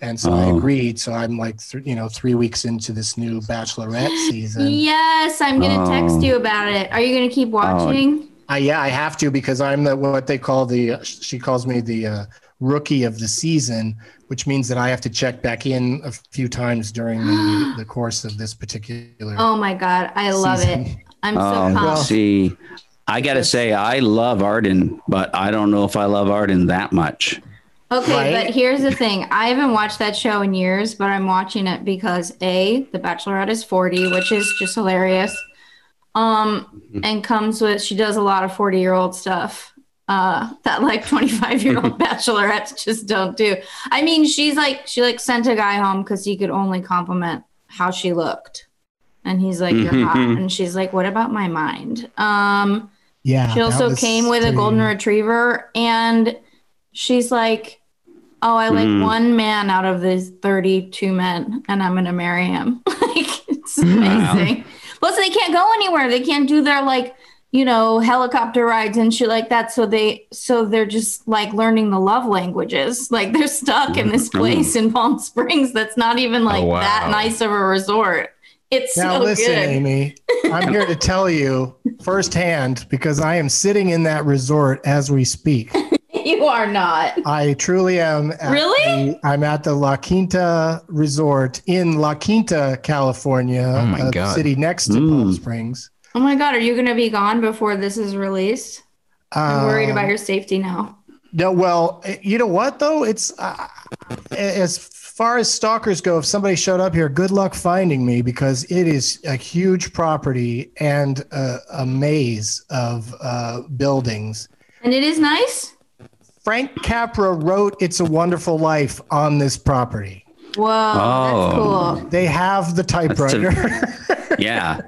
[SPEAKER 2] And so I
[SPEAKER 4] Oh.
[SPEAKER 2] agreed. So I'm like, th- you know, three weeks into this new Bachelorette season.
[SPEAKER 5] Yes, I'm gonna
[SPEAKER 4] Oh.
[SPEAKER 5] text you about it. Are you gonna keep watching?
[SPEAKER 2] I, Oh, yeah, I have to because I'm the what they call the uh, sh- she calls me the uh, rookie of the season, which means that I have to check back in a few times during the, the course of this particular.
[SPEAKER 5] Oh, my god, I love it.
[SPEAKER 2] Season. Oh,
[SPEAKER 5] I'm so
[SPEAKER 4] Um,
[SPEAKER 5] pumped.
[SPEAKER 4] see, I gotta say, I love Arden, but I don't know if I love Arden that much.
[SPEAKER 5] Okay,
[SPEAKER 2] Right?
[SPEAKER 5] but here's the thing. I haven't watched that show in years, but I'm watching it because A, The Bachelorette is 40, which is just hilarious. Um, and comes with she does a lot of 40 year old stuff. Uh, that like 25 year old bachelorettes just don't do. I mean, she's like she like sent a guy home because he could only compliment how she looked. And he's like, You're hot.
[SPEAKER 4] Mhm.
[SPEAKER 5] And she's like, What about my mind? Um
[SPEAKER 2] yeah.
[SPEAKER 5] she
[SPEAKER 2] that
[SPEAKER 5] also
[SPEAKER 2] was
[SPEAKER 5] came with a
[SPEAKER 2] pretty-
[SPEAKER 5] golden retriever, and she's like, "Oh, I like
[SPEAKER 4] Mm.
[SPEAKER 5] one man out of these thirty-two men, and I'm gonna marry him." like it's amazing. Plus, they can't go anywhere. They can't do their like, you know, helicopter rides and shit like that. So they, so they're just like learning the love languages. Like they're stuck in this place in Palm Springs that's not even like that
[SPEAKER 6] wow.
[SPEAKER 5] nice of a resort. It's
[SPEAKER 2] Now
[SPEAKER 5] so
[SPEAKER 2] listen,
[SPEAKER 5] good.
[SPEAKER 2] Amy, I'm here to tell you firsthand because I am sitting in that resort as we speak.
[SPEAKER 5] You are not.
[SPEAKER 2] I truly am. At
[SPEAKER 5] Really?
[SPEAKER 2] the- I'm at the La Quinta Resort in La Quinta, California,
[SPEAKER 6] Oh my
[SPEAKER 2] uh, the
[SPEAKER 6] God.
[SPEAKER 2] city next to Palm
[SPEAKER 4] Mm.
[SPEAKER 2] Springs.
[SPEAKER 5] Oh my god, are you gonna be gone before this is released? I'm worried
[SPEAKER 2] Um,
[SPEAKER 5] about your safety now.
[SPEAKER 2] No, well, eh, you know what though? It's uh, as far as stalkers go. If somebody showed up here, good luck finding me because it is a huge property and a, a maze of uh, buildings.
[SPEAKER 5] And it is nice.
[SPEAKER 2] Frank Capra wrote "It's a Wonderful Life" on this property.
[SPEAKER 4] Oh.
[SPEAKER 5] Whoa, that's cool.
[SPEAKER 2] They have the typewriter.
[SPEAKER 4] Yeah,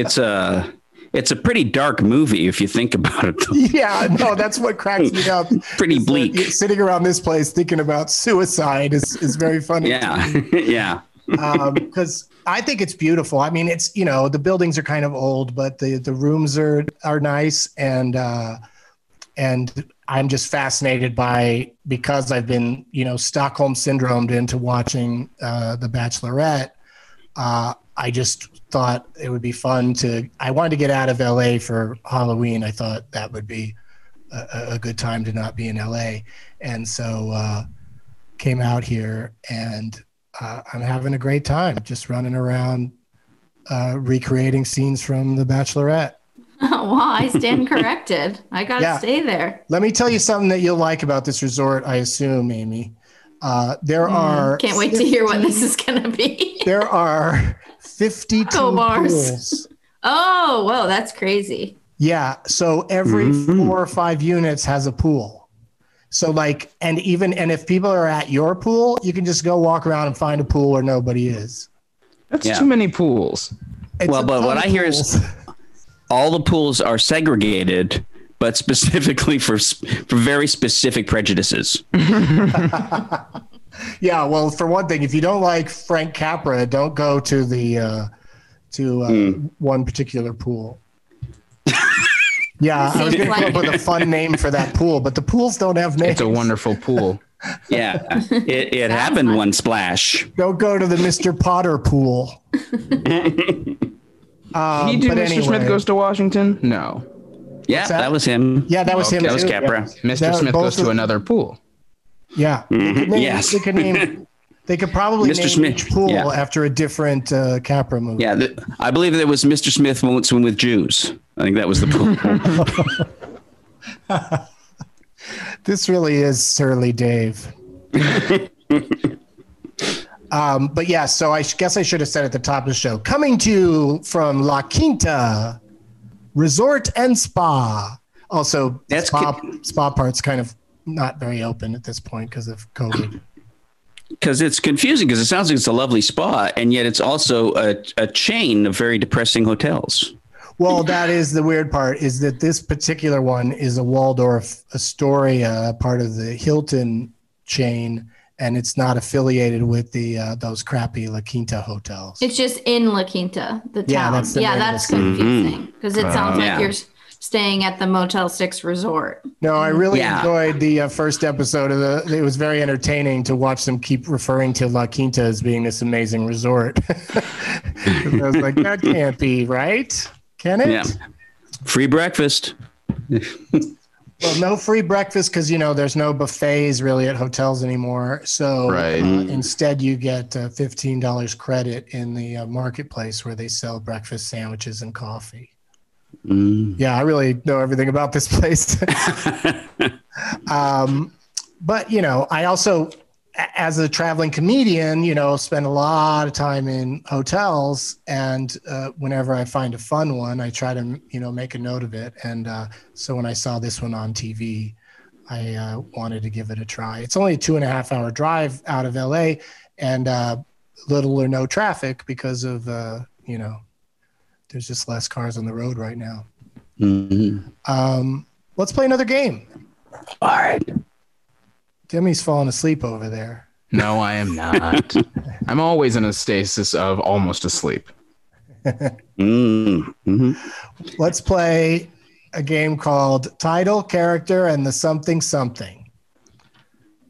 [SPEAKER 4] it's a It's a pretty dark movie if you think about it.
[SPEAKER 2] Yeah, no, that's what cracks me up.
[SPEAKER 4] pretty bleak.
[SPEAKER 2] You're sitting around this place thinking about suicide is, is very funny.
[SPEAKER 4] Yeah, yeah.
[SPEAKER 2] because Um, I think it's beautiful. I mean, it's you know the buildings are kind of old, but the the rooms are are nice, and uh, and I'm just fascinated by because I've been you know Stockholm syndromed into watching uh, The Bachelorette. Uh, I just thought it would be fun to. I wanted to get out of LA for Halloween. I thought that would be a, a- a good time to not be in LA, and so uh, came out here and uh, I'm having a great time just running around uh, recreating scenes from The Bachelorette.
[SPEAKER 5] well, I stand corrected. I gotta
[SPEAKER 2] Yeah.
[SPEAKER 5] stay there.
[SPEAKER 2] Let me tell you something that you'll like about this resort, I assume, Amy. Uh, there are
[SPEAKER 5] Mm, Can't wait to hear what this is gonna be.
[SPEAKER 2] there are 52
[SPEAKER 5] Taco bars.
[SPEAKER 2] pools.
[SPEAKER 5] Oh, whoa, that's crazy.
[SPEAKER 2] Yeah, so every
[SPEAKER 4] Mm-hmm.
[SPEAKER 2] four or five units has a pool. So like, and even and if people are at your pool, you can just go walk around and find a pool where nobody is.
[SPEAKER 6] That's
[SPEAKER 4] Yeah.
[SPEAKER 6] too many pools.
[SPEAKER 2] It's
[SPEAKER 4] well,
[SPEAKER 2] a
[SPEAKER 4] but
[SPEAKER 2] ton
[SPEAKER 4] what
[SPEAKER 2] of
[SPEAKER 4] I hear
[SPEAKER 2] pools.
[SPEAKER 4] is all the pools are segregated, but specifically for s- for very specific prejudices.
[SPEAKER 2] Yeah, well, for one thing, if you don't like Frank Capra, don't go to the uh, to uh, one particular pool. yeah, I was going to come up with a fun name for that pool, but the pools don't have names.
[SPEAKER 6] It's a wonderful pool.
[SPEAKER 4] Yeah, uh, it, it happened one splash.
[SPEAKER 2] don't go to the Mr. Potter pool. um,
[SPEAKER 6] Did you do
[SPEAKER 2] but
[SPEAKER 6] Mr.
[SPEAKER 2] anyway.
[SPEAKER 6] Smith Goes to Washington? No.
[SPEAKER 4] Yeah,
[SPEAKER 2] that?
[SPEAKER 4] that? was him.
[SPEAKER 2] Yeah, that was him.
[SPEAKER 4] Oh, That was
[SPEAKER 2] too.
[SPEAKER 4] Capra.
[SPEAKER 6] Mr.
[SPEAKER 2] That-
[SPEAKER 6] Smith
[SPEAKER 2] both
[SPEAKER 6] goes
[SPEAKER 2] of-
[SPEAKER 6] to another pool.
[SPEAKER 2] Yeah. They could name-
[SPEAKER 4] yes.
[SPEAKER 2] They could name. They could probably
[SPEAKER 4] Mr.
[SPEAKER 2] name
[SPEAKER 4] Smith,
[SPEAKER 2] each pool
[SPEAKER 4] yeah.
[SPEAKER 2] after a different uh, Capra movie.
[SPEAKER 4] Yeah, th- I believe that was Mr. Smith won't swim with Jews. I think that was the pool.
[SPEAKER 2] This really is surly Dave. um, but yeah, so I sh- guess I should have said at the top of the show, coming to you from La Quinta Resort and Spa. Also,
[SPEAKER 4] That's
[SPEAKER 2] spa,
[SPEAKER 4] ki-
[SPEAKER 2] spa part's kind of not very open at this point because of COVID.
[SPEAKER 4] Because it's confusing because it sounds like it's a lovely spa, and yet it's also a, a chain of very depressing hotels.
[SPEAKER 2] Well, that is the weird part is that this particular one is a Waldorf Astoria part of the Hilton chain, and it's not affiliated with the uh, those crappy La Quinta hotels.
[SPEAKER 5] It's just in La Quinta, the town.
[SPEAKER 2] Yeah,
[SPEAKER 5] Yeah,
[SPEAKER 2] that's
[SPEAKER 5] that's,
[SPEAKER 2] the name of the city.
[SPEAKER 5] confusing because it sounds
[SPEAKER 4] Mm-hmm. yeah.
[SPEAKER 5] like you're s- staying at the Motel Six resort.
[SPEAKER 2] no, I really
[SPEAKER 4] Mm. Yeah.
[SPEAKER 2] enjoyed the uh, first episode of the. It was very entertaining to watch them keep referring to La Quinta as being this amazing resort. I was like, that can't be right, can it?
[SPEAKER 4] Yeah, free breakfast.
[SPEAKER 2] Well, no free breakfast because you know there's no buffets really at hotels anymore. So
[SPEAKER 6] Right.
[SPEAKER 2] uh, instead, you get uh, fifteen dollars credit in the uh, marketplace where they sell breakfast sandwiches and coffee. Yeah, I really know everything about this place. um, but you know, I also, a- as a traveling comedian, you know, spend a lot of time in hotels, and uh, whenever I find a fun one, I try to you know make a note of it. And uh, so when I saw this one on TV, I uh, wanted to give it a try. It's only a two and a half hour drive out of LA, and uh, little or no traffic because of uh, you know, there's just less cars on the road right now.
[SPEAKER 6] Mm-hmm.
[SPEAKER 2] Um, let's play another game.
[SPEAKER 4] All right.
[SPEAKER 2] Demi's falling asleep over there.
[SPEAKER 6] No, I am not. I'm always in a stasis of almost asleep.
[SPEAKER 4] Mm, mhm.
[SPEAKER 2] Let's play a game called Title, Character, and the Something Something.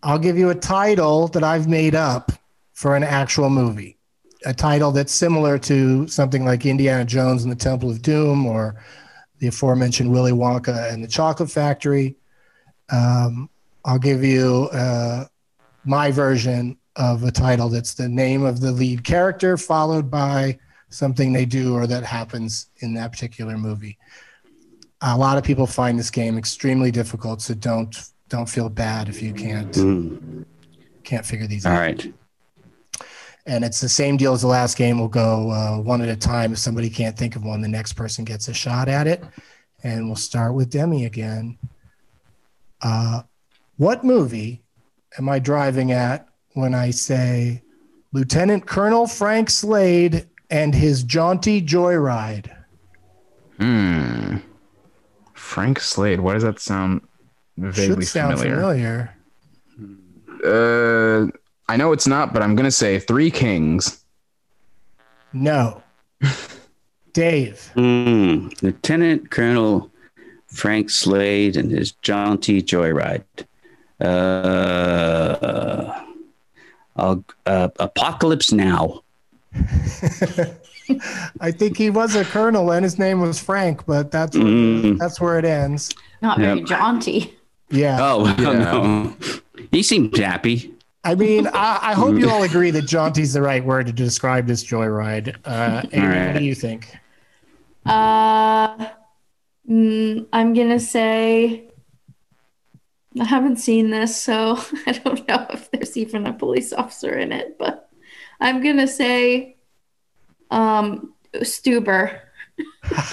[SPEAKER 2] I'll give you a title that I've made up for an actual movie, a title that's similar to something like Indiana Jones and the Temple of Doom or the aforementioned Willy Wonka and the Chocolate Factory. Um, I'll give you uh, my version of a title that's the name of the lead character followed by something they do or that happens in that particular movie. A lot of people find this game extremely difficult, so don't don't feel bad if you can't can't figure these
[SPEAKER 4] All
[SPEAKER 2] out.
[SPEAKER 4] right.
[SPEAKER 2] And it's the same deal as the last game. We'll go uh, one at a time. If somebody can't think of one, the next person gets a shot at it. And we'll start with Demi again. Uh, what movie am I driving at when I say Lieutenant Colonel Frank Slade and his jaunty joyride?
[SPEAKER 6] Hmm. Frank Slade. Why does that sound vaguely
[SPEAKER 2] Should sound familiar.
[SPEAKER 6] Uh, I know it's not, but I'm gonna say Three Kings.
[SPEAKER 2] No. Dave.
[SPEAKER 4] Mm, Lieutenant Colonel Frank Slade and his jaunty joyride. Uh, I'll, uh, Apocalypse Now.
[SPEAKER 2] I think he was a colonel and his name was Frank, but that's where,
[SPEAKER 4] Mm.
[SPEAKER 2] that's where it ends.
[SPEAKER 5] Not very
[SPEAKER 4] Yep.
[SPEAKER 5] jaunty.
[SPEAKER 2] Yeah.
[SPEAKER 4] Oh, no. He seemed happy.
[SPEAKER 2] I mean, I, I hope you all agree that jaunty's the right word to describe this joyride. Uh, Amy, What
[SPEAKER 4] right.
[SPEAKER 2] do you think?
[SPEAKER 5] Uh, mm, I'm gonna say I haven't seen this, so I don't know if there's even a police officer in it, but I'm gonna say um Stuber.
[SPEAKER 4] Oh.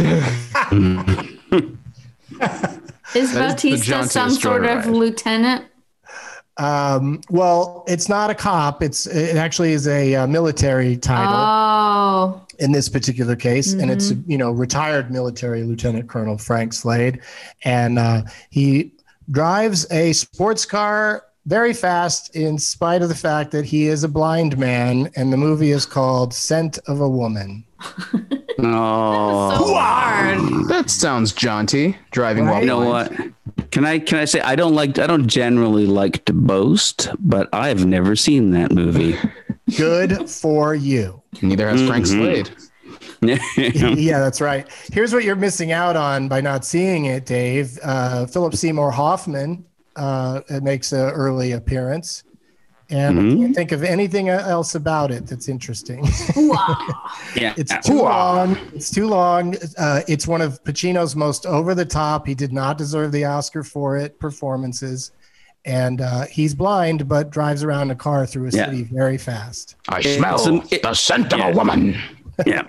[SPEAKER 5] Is
[SPEAKER 6] That is the
[SPEAKER 5] Bautista
[SPEAKER 6] jauntiest
[SPEAKER 5] some sort of
[SPEAKER 6] joyride.
[SPEAKER 5] lieutenant?
[SPEAKER 2] Um, well, it's not a cop. It's it actually is a uh, military title
[SPEAKER 5] Oh,
[SPEAKER 2] in this particular case, and it's you know retired military Lieutenant Colonel Frank Slade, and uh, he drives a sports car very fast in spite of the fact that he is a blind man, and the movie is called Scent of a Woman.
[SPEAKER 4] Oh,
[SPEAKER 5] so hard.
[SPEAKER 6] That sounds jaunty. Driving
[SPEAKER 2] Right.
[SPEAKER 6] while
[SPEAKER 4] you know what? Can I can I say I don't like I don't generally like to boast, but I've never seen that movie.
[SPEAKER 2] Good for you.
[SPEAKER 6] Neither has Frank Slade.
[SPEAKER 2] yeah, that's right. Here's what you're missing out on by not seeing it, Dave. Uh, Philip Seymour Hoffman uh, it makes an early appearance. And I can't think of anything e-, else about it that's interesting.
[SPEAKER 4] yeah,
[SPEAKER 2] It's too long. It's too long. Uh, it's one of Pacino's most over the top. He did not deserve the Oscar for it performances. And uh, he's blind, but drives around in a car through a
[SPEAKER 4] Yeah.
[SPEAKER 2] city very fast.
[SPEAKER 6] I
[SPEAKER 4] It's
[SPEAKER 6] smell
[SPEAKER 4] some- it-
[SPEAKER 6] the scent of
[SPEAKER 4] yeah.
[SPEAKER 6] a woman.
[SPEAKER 4] yeah.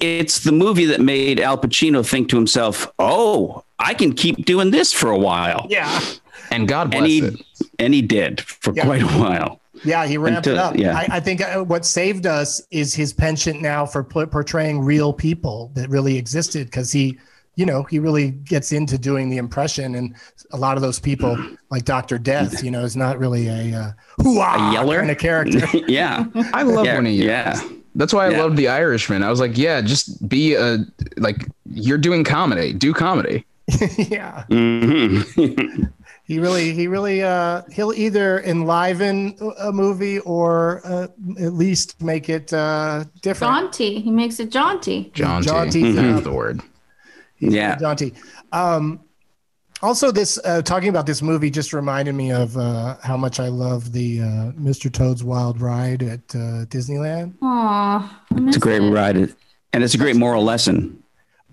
[SPEAKER 4] It's the movie that made Al Pacino think to himself, "Oh, I can keep doing this for a while."
[SPEAKER 2] Yeah.
[SPEAKER 6] And God bless
[SPEAKER 4] and he
[SPEAKER 6] it.
[SPEAKER 4] and he did for
[SPEAKER 2] Yeah.
[SPEAKER 4] quite a while.
[SPEAKER 2] Yeah, he ramped it
[SPEAKER 4] Until-
[SPEAKER 2] up.
[SPEAKER 4] yeah.
[SPEAKER 2] I, I think uh, what saved us is his penchant now for pl- portraying real people that really existed because he, you know, he really gets into doing the impression. And a lot of those people, like Dr. Death, you know, is not really a uh, hoo-ah
[SPEAKER 4] A yeller?
[SPEAKER 2] kind of character.
[SPEAKER 4] yeah,
[SPEAKER 6] I love
[SPEAKER 4] yeah,
[SPEAKER 6] when he
[SPEAKER 4] yeah.
[SPEAKER 6] That's why I
[SPEAKER 4] Yeah.
[SPEAKER 6] loved The Irishman. I was like, yeah, just be a like you're doing comedy. Do comedy.
[SPEAKER 2] yeah.
[SPEAKER 4] Mhm.
[SPEAKER 2] He really, he really, uh, he'll either enliven a movie or uh, at least make it uh, different.
[SPEAKER 5] jaunty. He makes it jaunty.
[SPEAKER 6] Jaunty.
[SPEAKER 2] Jaunty,
[SPEAKER 4] Mm-hmm.
[SPEAKER 6] That's
[SPEAKER 2] yeah.
[SPEAKER 6] the word.
[SPEAKER 4] yeah.
[SPEAKER 2] Dante. Um, also, this uh, talking about this movie just reminded me of uh, how much I love the uh, Mr. Toad's Wild Ride at uh, Disneyland.
[SPEAKER 5] Aw, I
[SPEAKER 4] It's
[SPEAKER 5] miss
[SPEAKER 4] a great
[SPEAKER 5] it.
[SPEAKER 4] ride, and it's a great moral lesson.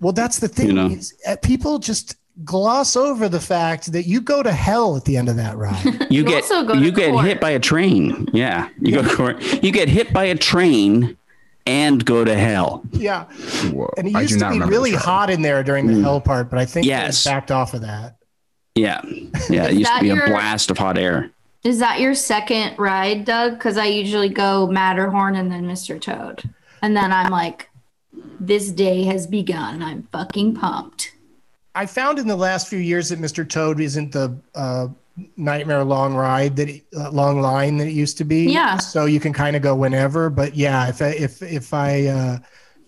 [SPEAKER 2] Well, that's the thing.
[SPEAKER 4] You know.
[SPEAKER 2] is, uh, people just gloss over the fact that you go to hell at the end of that ride.
[SPEAKER 4] You,
[SPEAKER 5] You
[SPEAKER 4] get
[SPEAKER 5] also go to
[SPEAKER 4] you get
[SPEAKER 5] court.
[SPEAKER 4] hit by a train. Yeah, you go to court. You get hit by a train and go to hell.
[SPEAKER 2] yeah,
[SPEAKER 6] Whoa.
[SPEAKER 2] and it
[SPEAKER 6] I do
[SPEAKER 2] used
[SPEAKER 6] not
[SPEAKER 2] to be
[SPEAKER 6] remember
[SPEAKER 2] really
[SPEAKER 6] this ride.
[SPEAKER 2] hot in there during the hell part, but I think they
[SPEAKER 4] Yes.
[SPEAKER 2] backed off of that.
[SPEAKER 4] Yeah, yeah. It
[SPEAKER 5] Is
[SPEAKER 4] used to
[SPEAKER 5] that
[SPEAKER 4] be a
[SPEAKER 5] your-
[SPEAKER 4] blast of hot air.
[SPEAKER 5] Is that your second ride, Doug? Because I usually go Matterhorn and then Mr. Toad. And then I'm like, this day has begun. I'm fucking pumped.
[SPEAKER 2] I found in the last few years that Mr. Toad isn't the uh, nightmare long ride that it, uh, long line that it used to be.
[SPEAKER 5] Yeah.
[SPEAKER 2] So you can kind of go whenever, but yeah, if I, if if I uh,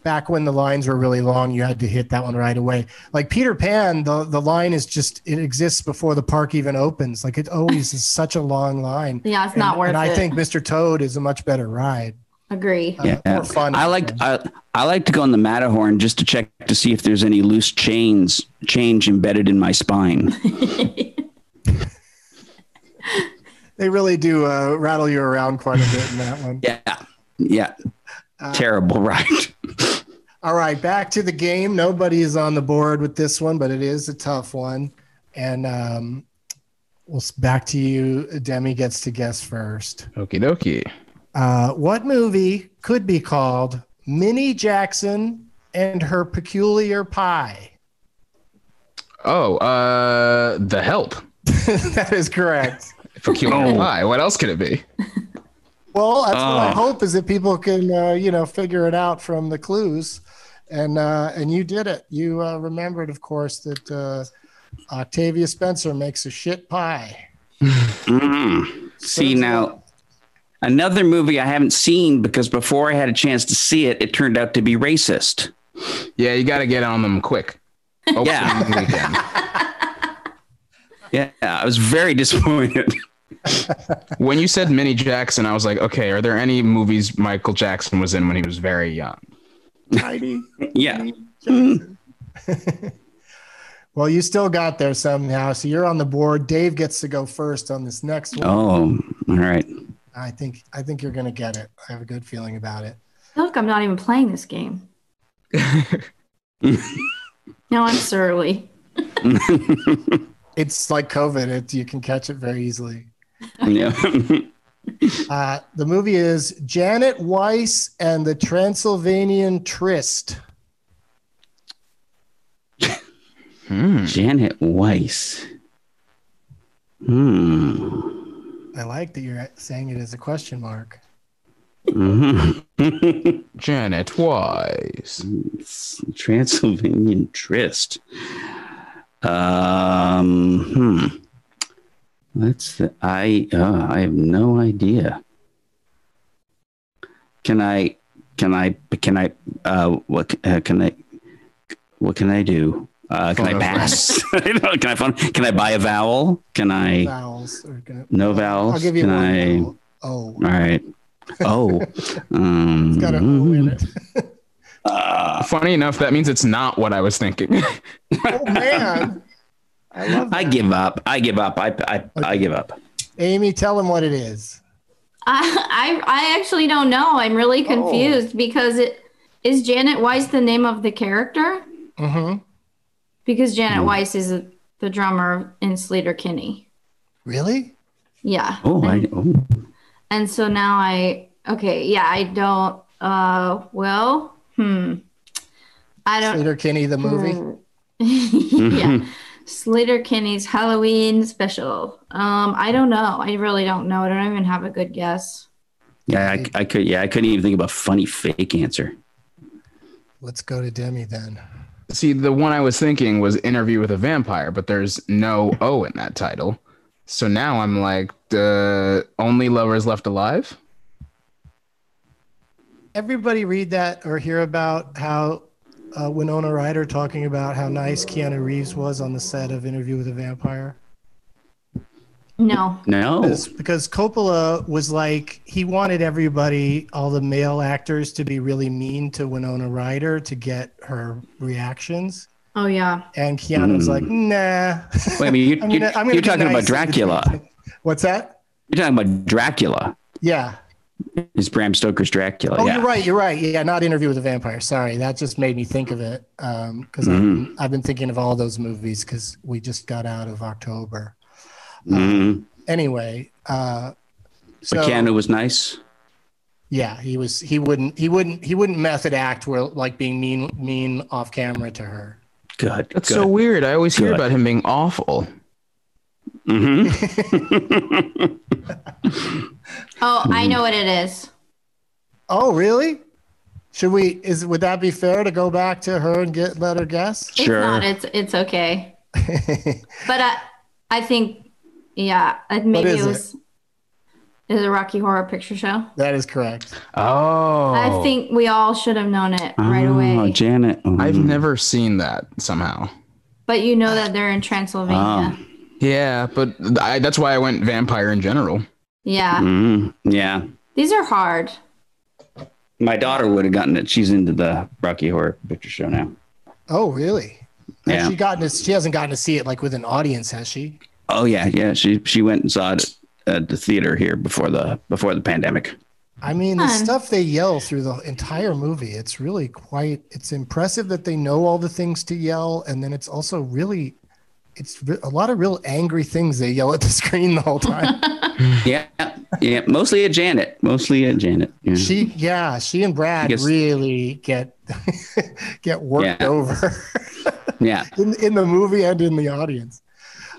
[SPEAKER 2] back when the lines were really long, you had to hit that one right away. Like Peter Pan, the the line is just it exists before the park even opens. Like it always is such a long line.
[SPEAKER 5] Yeah, it's
[SPEAKER 2] And-
[SPEAKER 5] not worth
[SPEAKER 2] And I
[SPEAKER 5] it.
[SPEAKER 2] think Mr. Toad is a much better ride.
[SPEAKER 5] Agree.
[SPEAKER 4] Yeah,
[SPEAKER 2] Uh, more fun.
[SPEAKER 4] I like I, I like to go on the Matterhorn just to check to see if there's any loose chains change embedded in my spine.
[SPEAKER 2] They really do uh, rattle you around quite a bit in that one.
[SPEAKER 4] Yeah, yeah.
[SPEAKER 2] Uh,
[SPEAKER 4] Terrible ride.
[SPEAKER 2] All right, back to the game. Nobody is on the board with this one, but it is a tough one. And um, well, s- back to you. Demi gets to guess first.
[SPEAKER 6] Okie dokie.
[SPEAKER 2] Uh, what movie could be called Minnie Jackson and Her Peculiar Pie?
[SPEAKER 6] Oh, uh the help.
[SPEAKER 2] that is correct.
[SPEAKER 6] For Q
[SPEAKER 2] Oh.
[SPEAKER 6] and Pie. What else could it be?
[SPEAKER 2] Well, that's what I
[SPEAKER 4] Oh.
[SPEAKER 2] hope is that people can, uh, you know, figure it out from the clues. and uh, and you did it. You uh, remembered, of course, that uh, Octavia Spencer makes a shit pie.
[SPEAKER 4] Mm. See now, another movie I haven't seen because before I had a chance to see it, it turned out to be racist.
[SPEAKER 6] Yeah, you got to get on them quick.
[SPEAKER 4] yeah. yeah, I was very disappointed.
[SPEAKER 6] when you said Minnie Jackson, I was like, okay, are there any movies Michael Jackson was in when he was very young?
[SPEAKER 2] Heidi.
[SPEAKER 4] Yeah.
[SPEAKER 2] Well, you still got there somehow, so you're on the board. Dave gets to go first on this next one.
[SPEAKER 4] Oh, all right.
[SPEAKER 2] I think I think you're gonna get it. I have a good feeling about it.
[SPEAKER 5] Look, I'm not even playing this game. No, I'm surly.
[SPEAKER 2] it's like COVID; it, you can catch it very easily.
[SPEAKER 4] yeah.
[SPEAKER 2] Uh, the movie is Janet Weiss and the Transylvanian Tryst.
[SPEAKER 6] Hmm.
[SPEAKER 4] Janet Weiss. Hmm.
[SPEAKER 2] I like that you're saying it as a question mark.
[SPEAKER 4] Mhm.
[SPEAKER 6] Janet Weiss.
[SPEAKER 4] Transylvanian Tryst. Um, hmm. Let's. I. Uh, I have no idea. Can I? Can I? Can I? Uh, what c- uh, can I? What can I do? Uh, can I
[SPEAKER 6] Phone a friend.
[SPEAKER 4] pass? I don't know, can I? Phone, can I buy a vowel? Can I?
[SPEAKER 2] Vowels are gonna.
[SPEAKER 4] No vowels.
[SPEAKER 2] I'll give you
[SPEAKER 4] can
[SPEAKER 2] one.
[SPEAKER 4] I?
[SPEAKER 2] vowel. Oh,
[SPEAKER 4] All right. Oh. um,
[SPEAKER 2] it's got an O in it. Uh.
[SPEAKER 6] Funny enough, that means it's not what I was thinking.
[SPEAKER 2] oh man, I love that.
[SPEAKER 4] I give up. I give up. I I, I give up.
[SPEAKER 2] Amy, tell him what it is.
[SPEAKER 5] I, I I actually don't know. I'm really confused because it is Janet Weiss the name of the character
[SPEAKER 2] Mm-hmm.
[SPEAKER 5] because Janet Weiss is the drummer in Sleater Kinney.
[SPEAKER 2] Really?
[SPEAKER 5] Yeah.
[SPEAKER 4] Oh, I oh.
[SPEAKER 5] And so now I okay, yeah, I don't uh well, hmm. I don't
[SPEAKER 2] Slater Kinney, the movie.
[SPEAKER 5] yeah. Slater Kinney's Halloween special. Um I don't know. I really don't know. I don't even have a good guess.
[SPEAKER 4] Yeah, I, I could. Yeah, I couldn't even think of a funny fake answer.
[SPEAKER 2] Let's go to Demi then.
[SPEAKER 6] See, the one I was thinking was Interview with a Vampire, but there's no O in that title. So now I'm like, uh, Only Lovers Left Alive?
[SPEAKER 2] Everybody read that or hear about how uh, Winona Ryder talking about how nice Keanu Reeves was on the set of Interview with a Vampire.
[SPEAKER 5] No.
[SPEAKER 4] No.
[SPEAKER 2] Because, because Coppola was like he wanted everybody, all the male actors, to be really mean to Winona Ryder to get her reactions,
[SPEAKER 5] Oh yeah.
[SPEAKER 2] and Keanu's like, nah.
[SPEAKER 4] Mm. Wait a minute. You,
[SPEAKER 2] I'm
[SPEAKER 4] you,
[SPEAKER 2] gonna- I'm gonna
[SPEAKER 4] you're
[SPEAKER 2] be
[SPEAKER 4] talking
[SPEAKER 2] nice
[SPEAKER 4] about
[SPEAKER 2] and
[SPEAKER 4] Dracula.
[SPEAKER 2] What's that?
[SPEAKER 4] You're talking about Dracula.
[SPEAKER 2] Yeah.
[SPEAKER 4] Is Bram Stoker's Dracula?
[SPEAKER 2] Oh,
[SPEAKER 4] yeah.
[SPEAKER 2] you're right. You're right. Yeah, not Interview with a Vampire. Sorry, that just made me think of it because
[SPEAKER 4] Mm-hmm.
[SPEAKER 2] I've, I've been thinking of all those movies because we just got out of October.
[SPEAKER 4] Mhm.
[SPEAKER 2] Anyway, uh, so
[SPEAKER 4] But Keanu was nice.
[SPEAKER 2] yeah, he was. He wouldn't. He wouldn't. He wouldn't method act where like being mean, mean off camera to her.
[SPEAKER 4] Good.
[SPEAKER 6] That's
[SPEAKER 4] good.
[SPEAKER 6] so weird. I always hear
[SPEAKER 4] Good.
[SPEAKER 6] about him being awful.
[SPEAKER 4] Mhm.
[SPEAKER 5] Oh, I know what it is.
[SPEAKER 2] Oh, really? Should we? Is would that be fair to go back to her and get let her guess?
[SPEAKER 5] It's
[SPEAKER 4] Sure.
[SPEAKER 5] not. It's it's okay. But I I think yeah, I- maybe
[SPEAKER 2] is
[SPEAKER 5] it was is it Rocky Horror Picture Show?
[SPEAKER 2] that is correct.
[SPEAKER 6] Oh.
[SPEAKER 5] I think we all should have known it right away.
[SPEAKER 4] Oh, Janet.
[SPEAKER 6] I've
[SPEAKER 4] Mhm.
[SPEAKER 6] never seen that somehow.
[SPEAKER 5] But you know that they're in
[SPEAKER 4] Ah,
[SPEAKER 5] Transylvania.
[SPEAKER 6] Yeah, but I, that's why I went vampire in general.
[SPEAKER 5] Yeah.
[SPEAKER 4] Mhm. Yeah.
[SPEAKER 5] These are hard.
[SPEAKER 4] My daughter would have gotten it. She's into the Rocky Horror Picture Show now.
[SPEAKER 2] Oh, really? Has
[SPEAKER 4] Yeah.
[SPEAKER 2] she gotten to, She hasn't gotten to see it like with an audience, has she?
[SPEAKER 4] Oh yeah, yeah. She she went and saw it at the theater here before the before the pandemic.
[SPEAKER 2] I mean, the
[SPEAKER 5] Fun.
[SPEAKER 2] stuff they yell through the entire movie, it's really quite, it's impressive that they know all the things to yell. And then it's also really, it's re- a lot of real angry things they yell at the screen the whole time.
[SPEAKER 4] Yeah, yeah. Mostly at Janet. Mostly at Janet. Yeah.
[SPEAKER 2] she, yeah, she and Brad
[SPEAKER 4] Because-
[SPEAKER 2] really get, get worked
[SPEAKER 4] Yeah.
[SPEAKER 2] over
[SPEAKER 4] yeah.
[SPEAKER 2] in, in the movie and in the audience.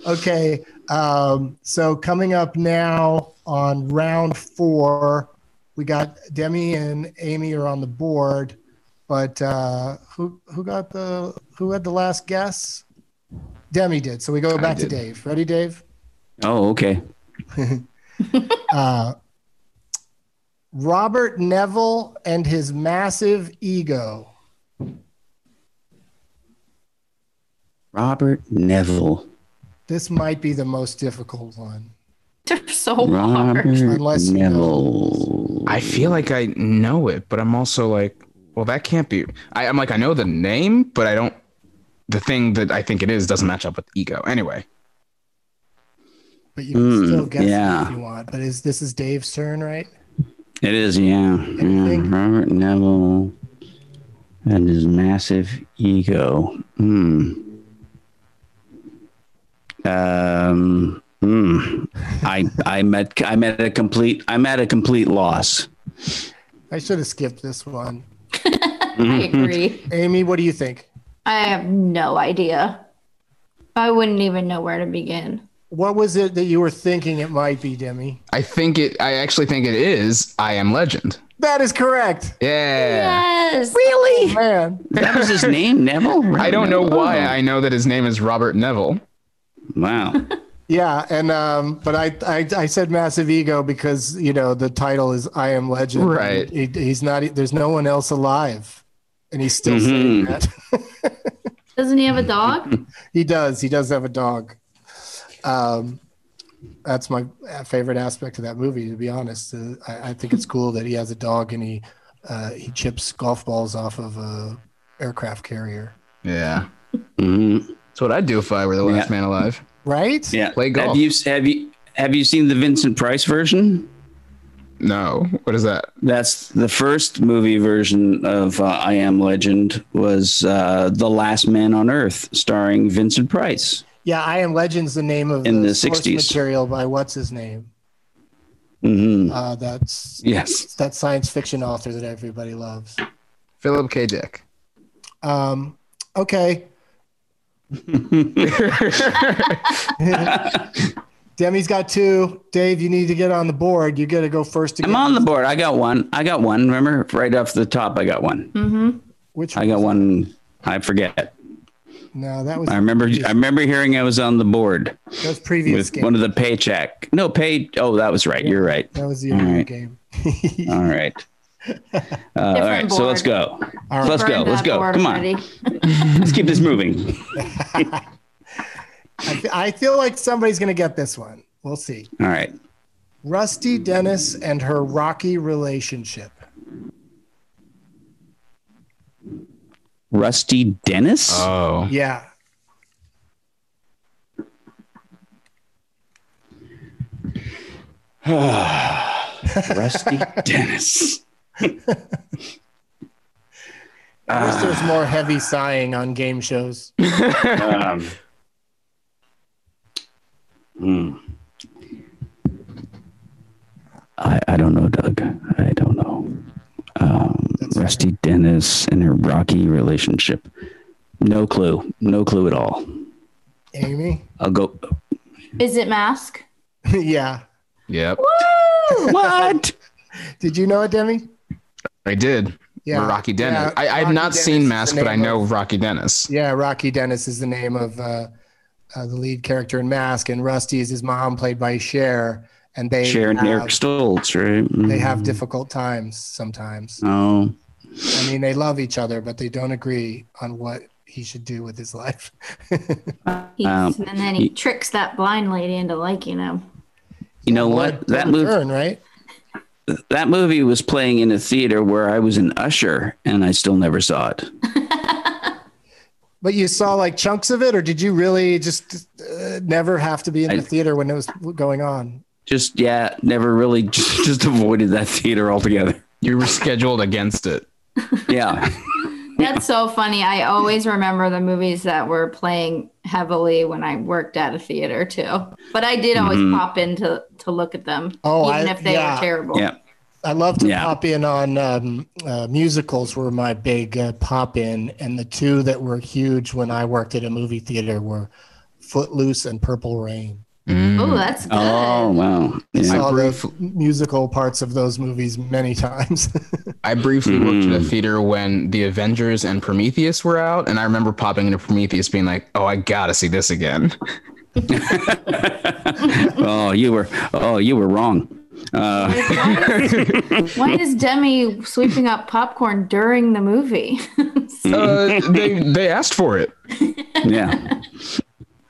[SPEAKER 2] Okay. Um, so coming up now on round four, we got Demi and Amy are on the board. But uh, who who got the who had the last guess? Demi did. So we go back to
[SPEAKER 4] did.
[SPEAKER 2] Dave. Ready, Dave?
[SPEAKER 4] Oh, okay.
[SPEAKER 2] uh, Robert Neville and his massive ego.
[SPEAKER 4] Robert Neville.
[SPEAKER 2] This might be the most difficult one.
[SPEAKER 5] They're
[SPEAKER 6] Oh,
[SPEAKER 5] so
[SPEAKER 4] Robert
[SPEAKER 2] Unless you
[SPEAKER 4] Neville.
[SPEAKER 6] I feel like I know it, but I'm also like, well, that can't be. I, I'm like, I know the name, but I don't. The thing that I think it is doesn't match up with ego. Anyway,
[SPEAKER 2] But you can
[SPEAKER 4] Mm,
[SPEAKER 2] still guess it
[SPEAKER 4] yeah.
[SPEAKER 2] if you want. But is this is Dave's turn, right?
[SPEAKER 4] It is, yeah. yeah.
[SPEAKER 2] Anything?
[SPEAKER 4] Robert Neville and his massive ego. Hmm. Um. Hmm. I I'm at I'm at a complete I'm at a complete loss.
[SPEAKER 2] I should have skipped this one.
[SPEAKER 5] I agree.
[SPEAKER 2] Amy, what do you think?
[SPEAKER 5] I have no idea. I wouldn't even know where to begin.
[SPEAKER 2] What was it that you were thinking it might be, Demi?
[SPEAKER 6] I think it. I actually think it is. I am Legend.
[SPEAKER 2] That is correct.
[SPEAKER 6] Yeah.
[SPEAKER 5] Yes.
[SPEAKER 2] Really? Man.
[SPEAKER 4] That was his name, Neville.
[SPEAKER 6] I don't know
[SPEAKER 4] Robert
[SPEAKER 6] why
[SPEAKER 4] Neville?
[SPEAKER 6] I know that his name is Robert Neville.
[SPEAKER 4] Wow.
[SPEAKER 2] Yeah, and um, but I, I I said massive ego because you know the title is I am Legend.
[SPEAKER 6] Right.
[SPEAKER 2] He, he's not. There's no one else alive, and he's still saying that.
[SPEAKER 5] Doesn't he have a dog?
[SPEAKER 2] he does. He does have a dog. Um, that's my favorite aspect of that movie. To be honest, uh, I, I think it's cool that he has a dog and he uh, he chips golf balls off of a aircraft carrier.
[SPEAKER 6] Yeah.
[SPEAKER 4] hmm
[SPEAKER 6] That's what I'd do if I were the last
[SPEAKER 4] Yeah.
[SPEAKER 6] man alive.
[SPEAKER 2] Right?
[SPEAKER 4] Yeah.
[SPEAKER 6] Play golf.
[SPEAKER 4] Have you have you have you seen the Vincent Price version?
[SPEAKER 6] No. What is that?
[SPEAKER 4] That's the first movie version of uh, I Am Legend was uh, The Last Man on Earth, starring Vincent Price.
[SPEAKER 2] Yeah, I am Legend's the name of
[SPEAKER 4] In the
[SPEAKER 2] source
[SPEAKER 4] 60s.
[SPEAKER 2] material by what's his name?
[SPEAKER 4] hmm
[SPEAKER 2] Uh, that's
[SPEAKER 4] Yes.
[SPEAKER 2] that science fiction author that everybody loves.
[SPEAKER 6] Philip K. Dick.
[SPEAKER 2] Um, okay, Demi's got two. Dave, you need to get on the board. You got to go first. Again.
[SPEAKER 4] I'm on the board. I got one. I got one. Remember, right off the top, I got one.
[SPEAKER 5] Hmm.
[SPEAKER 2] Which
[SPEAKER 4] I got one. I forget.
[SPEAKER 2] No, that was
[SPEAKER 4] I remember. I remember hearing I was on the board
[SPEAKER 2] that was previous
[SPEAKER 4] with
[SPEAKER 2] game.
[SPEAKER 4] one of the paycheck. No pay. Oh, that was right. You're right.
[SPEAKER 2] that was the
[SPEAKER 4] All
[SPEAKER 2] other
[SPEAKER 4] right.
[SPEAKER 2] game.
[SPEAKER 4] All right. Uh, all right. So let's go.
[SPEAKER 2] All right.
[SPEAKER 4] Let's go.
[SPEAKER 5] Burned
[SPEAKER 4] Let's
[SPEAKER 5] that
[SPEAKER 4] go.
[SPEAKER 5] board
[SPEAKER 4] Come on.
[SPEAKER 5] already.
[SPEAKER 4] Let's keep this moving.
[SPEAKER 2] I, fe- I feel like somebody's gonna get this one. We'll see.
[SPEAKER 4] All right.
[SPEAKER 2] Rusty Dennis and her rocky relationship.
[SPEAKER 4] Rusty Dennis.
[SPEAKER 2] Uh,
[SPEAKER 6] Oh.
[SPEAKER 2] Yeah,
[SPEAKER 4] Rusty Dennis.
[SPEAKER 2] I wish
[SPEAKER 6] Ah.
[SPEAKER 2] there's more heavy sighing on game shows.
[SPEAKER 4] Um, hmm. I, I don't know, Doug. I don't know. Um, Rusty Dennis and her rocky relationship. No clue. No clue at all.
[SPEAKER 2] Amy.
[SPEAKER 4] I'll go.
[SPEAKER 5] Is it mask?
[SPEAKER 2] yeah.
[SPEAKER 6] Yep.
[SPEAKER 4] What?
[SPEAKER 2] Did you know it, Demi?
[SPEAKER 6] I did.
[SPEAKER 2] Yeah.
[SPEAKER 6] Rocky Dennis.
[SPEAKER 2] Yeah,
[SPEAKER 6] I, I've
[SPEAKER 2] Rocky
[SPEAKER 6] not
[SPEAKER 2] Dennis is
[SPEAKER 6] seen
[SPEAKER 2] the
[SPEAKER 6] Mask, but I
[SPEAKER 2] name
[SPEAKER 6] know
[SPEAKER 2] of-
[SPEAKER 6] Rocky Dennis.
[SPEAKER 2] Yeah, Rocky Dennis is the name of uh, uh, the lead character in Mask, and Rusty is his mom, played by Cher, and they
[SPEAKER 4] Sharon
[SPEAKER 2] have,
[SPEAKER 4] Eric Stoltz, right?
[SPEAKER 2] they have difficult times sometimes.
[SPEAKER 4] Oh.
[SPEAKER 2] I mean, they love each other, but they don't agree on what he should do with his life.
[SPEAKER 5] He's,
[SPEAKER 4] Um,
[SPEAKER 5] and then he,
[SPEAKER 4] he-
[SPEAKER 5] tricks that blind lady into liking him.
[SPEAKER 4] You know what? That movie.
[SPEAKER 2] Turn right.
[SPEAKER 4] that movie was playing in a theater where I was an usher and I still never saw it.
[SPEAKER 2] But you saw like chunks of it, or did you really just uh, never have to be in the
[SPEAKER 4] I-
[SPEAKER 2] theater when it was going on?
[SPEAKER 4] Just yeah, never really just, just avoided that theater altogether.
[SPEAKER 6] You were scheduled against it.
[SPEAKER 4] Yeah.
[SPEAKER 5] That's so funny. I always remember the movies that were playing heavily when I worked at a theater too. But I did always
[SPEAKER 4] Mm-hmm.
[SPEAKER 5] pop in to, to look at them,
[SPEAKER 2] Oh,
[SPEAKER 5] even
[SPEAKER 2] I-
[SPEAKER 5] if they
[SPEAKER 2] yeah.
[SPEAKER 5] were terrible.
[SPEAKER 4] Yeah.
[SPEAKER 2] I love to
[SPEAKER 4] Yeah.
[SPEAKER 2] pop in on um, uh, musicals were my big uh, pop in, and the two that were huge when I worked at a movie theater were Footloose and Purple Rain.
[SPEAKER 5] Oh, that's good.
[SPEAKER 4] Oh wow!
[SPEAKER 2] I
[SPEAKER 4] Yeah.
[SPEAKER 2] saw the musical parts of those movies many times.
[SPEAKER 6] I briefly worked at a theater when the Avengers and Prometheus were out, and I remember popping into Prometheus being like, "Oh, I gotta see this again."
[SPEAKER 4] oh, you were oh you were wrong. Uh,
[SPEAKER 5] Why is Demi sweeping up popcorn during the movie?
[SPEAKER 6] uh, they they asked for it.
[SPEAKER 4] yeah.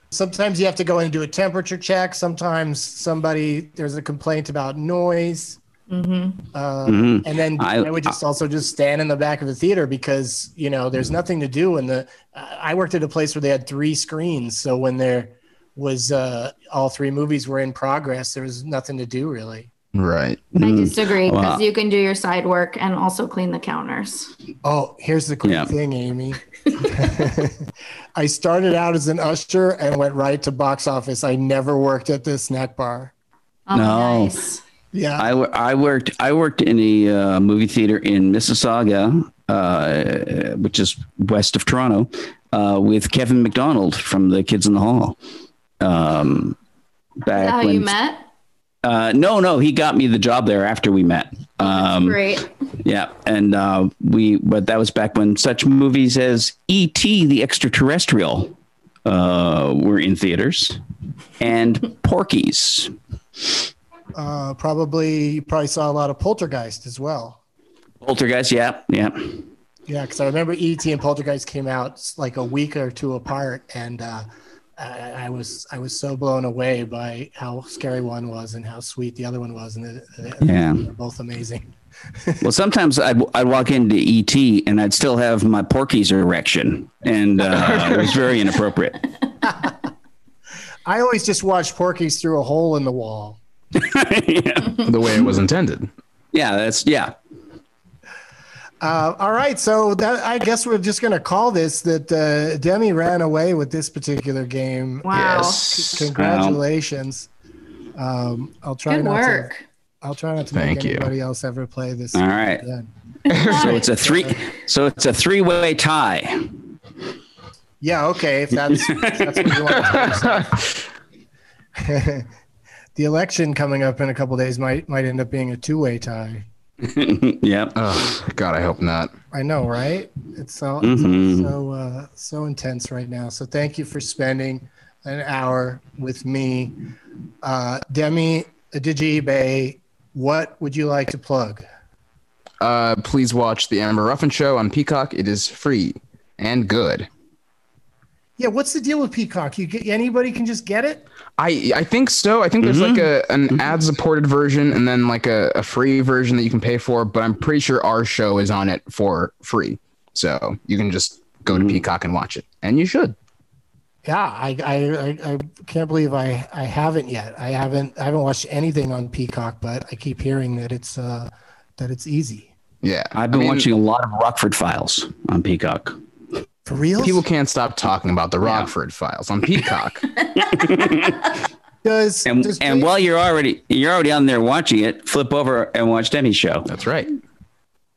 [SPEAKER 2] sometimes you have to go in and do a temperature check. Sometimes somebody there's a complaint about noise, uh,
[SPEAKER 4] Mhm.
[SPEAKER 2] and then I,
[SPEAKER 4] I- Mm-hmm.
[SPEAKER 2] would just also just stand in the back of the theater because you know there's nothing to do. And the I I worked at a place where they had three screens, so when there was uh, all three movies were in progress, there was nothing to do really.
[SPEAKER 6] Right.
[SPEAKER 4] Mm-hmm. Mm.
[SPEAKER 5] I disagree
[SPEAKER 4] Wow.
[SPEAKER 5] because you can do your side work and also clean the counters.
[SPEAKER 2] Oh, here's the cool
[SPEAKER 4] Yeah.
[SPEAKER 2] thing, Amy. I started out as an usher and went right to box office. I never worked at the snack bar.
[SPEAKER 5] Oh,
[SPEAKER 4] No.
[SPEAKER 5] nice.
[SPEAKER 2] Yeah.
[SPEAKER 4] I, wo- I worked I worked in a uh, movie theater in Mississauga, uh, which is west of Toronto, uh, with Kevin McDonald from the Kids in the Hall. Um, back
[SPEAKER 5] Is that how
[SPEAKER 4] when-
[SPEAKER 5] Oh, you met?
[SPEAKER 4] Uh, no, no, he got me the job there after we met. Um,
[SPEAKER 5] Great.
[SPEAKER 4] yeah, and uh, we but that was back when such movies as E.T. the Extraterrestrial uh, were in theaters, and Porky's.
[SPEAKER 2] Uh, probably you probably saw a lot of Poltergeist as well.
[SPEAKER 4] Poltergeist, yeah, yeah.
[SPEAKER 2] Yeah, because I remember ET and Poltergeist came out like a week or two apart, and uh, I, I was I was so blown away by how scary one was and how sweet the other one was, and they- they-
[SPEAKER 4] Yeah.
[SPEAKER 2] they're both amazing.
[SPEAKER 4] Well, sometimes I'd, I'd walk into ET and I'd still have my Porky's erection, and uh, it was very inappropriate.
[SPEAKER 2] I always just watched Porky's through a hole in the wall.
[SPEAKER 4] yeah.
[SPEAKER 6] The way it was intended.
[SPEAKER 4] yeah, that's yeah.
[SPEAKER 2] Uh, all right, so that I guess we're just gonna call this that uh, Demi ran away with this particular game.
[SPEAKER 5] Wow.
[SPEAKER 2] Congratulations. Um, I'll try
[SPEAKER 5] Good
[SPEAKER 2] not to.
[SPEAKER 5] work.
[SPEAKER 2] I'll try not to
[SPEAKER 6] Thank
[SPEAKER 2] make
[SPEAKER 6] you.
[SPEAKER 2] anybody else ever play this.
[SPEAKER 4] All right,
[SPEAKER 2] again.
[SPEAKER 4] so it's a three, so it's a three-way tie.
[SPEAKER 2] Yeah, okay, if that's, if that's what you want. to do. the election coming up in a couple days might might end up being a two-way tie.
[SPEAKER 4] yep.
[SPEAKER 6] Oh God, I hope not.
[SPEAKER 2] I know, right? It's all
[SPEAKER 4] Mhm.
[SPEAKER 2] it's so uh, so intense right now. So thank you for spending an hour with me, uh, Demi Digibe. What would you like to plug?
[SPEAKER 6] Uh, please watch the Amber Ruffin show on Peacock. It is free and good.
[SPEAKER 2] Yeah, what's the deal with Peacock? You get anybody can just get it?
[SPEAKER 6] I I think so. I think there's like
[SPEAKER 4] Mm-hmm.
[SPEAKER 6] a an ad supported version and then like a, a free version that you can pay for, but I'm pretty sure our show is on it for free. So you can just go
[SPEAKER 4] Mm-hmm.
[SPEAKER 6] to Peacock and watch it. And you should.
[SPEAKER 2] Yeah, I, I I I can't believe I I haven't yet. I haven't I haven't watched anything on Peacock, but I keep hearing that it's uh that it's easy.
[SPEAKER 6] Yeah.
[SPEAKER 4] I've been
[SPEAKER 6] I mean,
[SPEAKER 4] watching a lot of Rockford Files on Peacock.
[SPEAKER 2] For real?
[SPEAKER 6] people can't stop talking about the Rockford files on Peacock.
[SPEAKER 2] does
[SPEAKER 4] And
[SPEAKER 2] does
[SPEAKER 4] and while you're already you're already on there watching it, flip over and watch Demi's show.
[SPEAKER 6] That's right.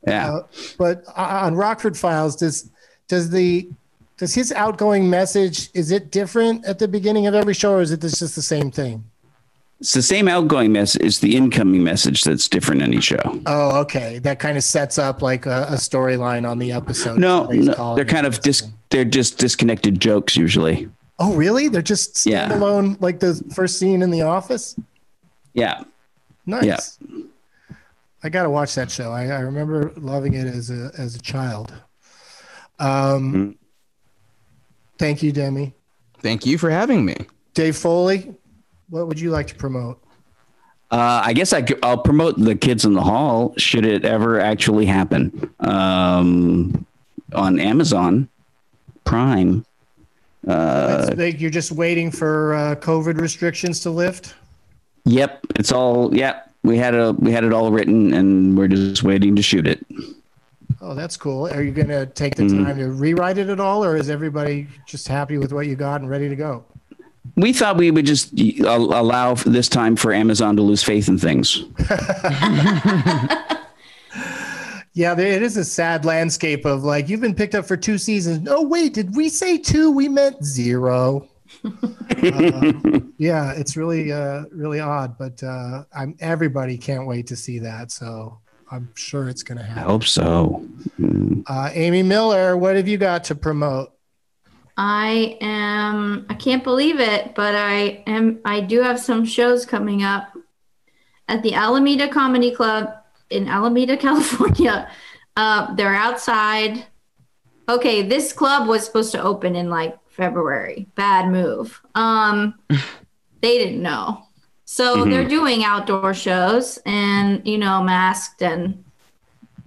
[SPEAKER 4] Yeah.
[SPEAKER 2] Uh, but o- on Rockford Files, does does the does his outgoing message is it different at the beginning of every show, or is it this just the same thing?
[SPEAKER 4] It's the same outgoing message. It's the incoming message that's different in each show.
[SPEAKER 2] Oh, okay, that kind of sets up like a, a storyline on the episode.
[SPEAKER 4] No,
[SPEAKER 2] He's
[SPEAKER 4] no
[SPEAKER 2] calling
[SPEAKER 4] they're
[SPEAKER 2] it.
[SPEAKER 4] kind of dis- they're just disconnected jokes usually.
[SPEAKER 2] Oh, really? They're just
[SPEAKER 4] Yeah.
[SPEAKER 2] standalone, like the first scene in The Office.
[SPEAKER 4] Yeah.
[SPEAKER 2] Nice. I gotta watch that show. I, I remember loving it as a as a child. Um, Thank you, Demi.
[SPEAKER 6] Thank you for having me.
[SPEAKER 2] Dave Foley, what would you like to promote?
[SPEAKER 4] Uh, I guess I will promote the kids in the hall should it ever actually happen um, on Amazon Prime.
[SPEAKER 2] That's like you're just waiting for uh, COVID restrictions to lift.
[SPEAKER 4] Yep, it's all. Yep, we had a we had it all written, and we're just waiting to shoot it.
[SPEAKER 2] Oh, that's cool. Are you going to take the time to rewrite it at all, or is everybody just happy with what you got and ready to go?
[SPEAKER 4] We thought we would just y- al- allow f- this time for Amazon to lose faith in things.
[SPEAKER 2] Yeah, there, it is a sad landscape of like you've been picked up for two seasons. Oh wait, did we say two? We meant zero. Uh, yeah, it's really, uh, really odd, but uh, I'm everybody can't wait to see that. So I'm sure it's going to
[SPEAKER 4] I
[SPEAKER 2] happen.
[SPEAKER 4] hope so. Mm.
[SPEAKER 2] Uh, Amy Miller, what have you got to promote?
[SPEAKER 5] I am. I can't believe it, but I am. I do have some shows coming up at the Alameda Comedy Club in Alameda, California. Uh, they're outside. Okay, this club was supposed to open in like February. Bad move. Um, they didn't know, so
[SPEAKER 9] Mhm.
[SPEAKER 5] they're doing outdoor shows and you know masked and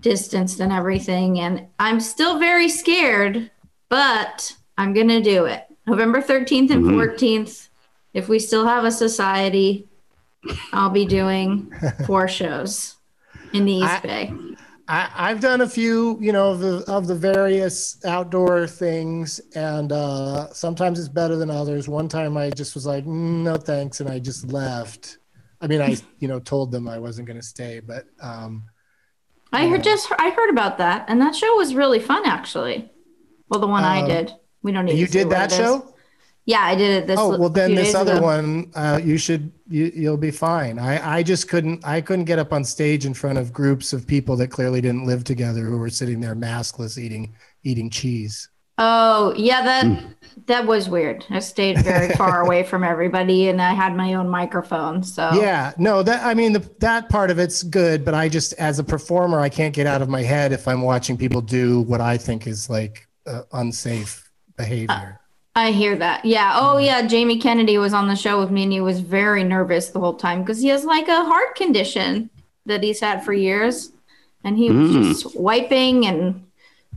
[SPEAKER 5] distanced and everything. And I'm still very scared, but I'm going to do it. November 13th and
[SPEAKER 2] Mm-hmm.
[SPEAKER 9] Mhm.
[SPEAKER 5] 14th, if we still have a society, I'll be doing four shows in the East Bay.
[SPEAKER 2] I, I've done a few, you know, of the, of the various outdoor things, and uh, sometimes it's better than others. One time I just was like, "Mm, no thanks, and I just left. I mean, I, you know, told them I wasn't going to stay, but um,
[SPEAKER 5] I heard just I heard about that, and that show was really fun, actually. Well, the one I
[SPEAKER 2] Um,
[SPEAKER 5] did. We don't need.
[SPEAKER 2] you
[SPEAKER 5] to say
[SPEAKER 2] did
[SPEAKER 5] what
[SPEAKER 2] that
[SPEAKER 5] it is.
[SPEAKER 2] show?
[SPEAKER 5] Yeah, I did it. This
[SPEAKER 2] oh
[SPEAKER 5] l-
[SPEAKER 2] well, then
[SPEAKER 5] few
[SPEAKER 2] this
[SPEAKER 5] days
[SPEAKER 2] other
[SPEAKER 5] ago.
[SPEAKER 2] one, uh, you should, you, you'll be fine. I, I just couldn't, I couldn't get up on stage in front of groups of people that clearly didn't live together, who were sitting there maskless, eating, eating cheese.
[SPEAKER 5] Oh yeah,
[SPEAKER 2] Hmm.
[SPEAKER 5] that that was weird. I stayed very far away from everybody, and I had my own microphone. So
[SPEAKER 2] Yeah, no, that I mean the, that part of it's good, but I just as a performer, I can't get out of my head if I'm watching people do what I think is like uh, unsafe behavior.
[SPEAKER 5] I hear that. Yeah. Oh,
[SPEAKER 2] Mm-hmm.
[SPEAKER 5] yeah. Jamie Kennedy was on the show with me and he was very nervous the whole time because he has like a heart condition that he's had for years. And he
[SPEAKER 2] Mm.
[SPEAKER 5] was just wiping and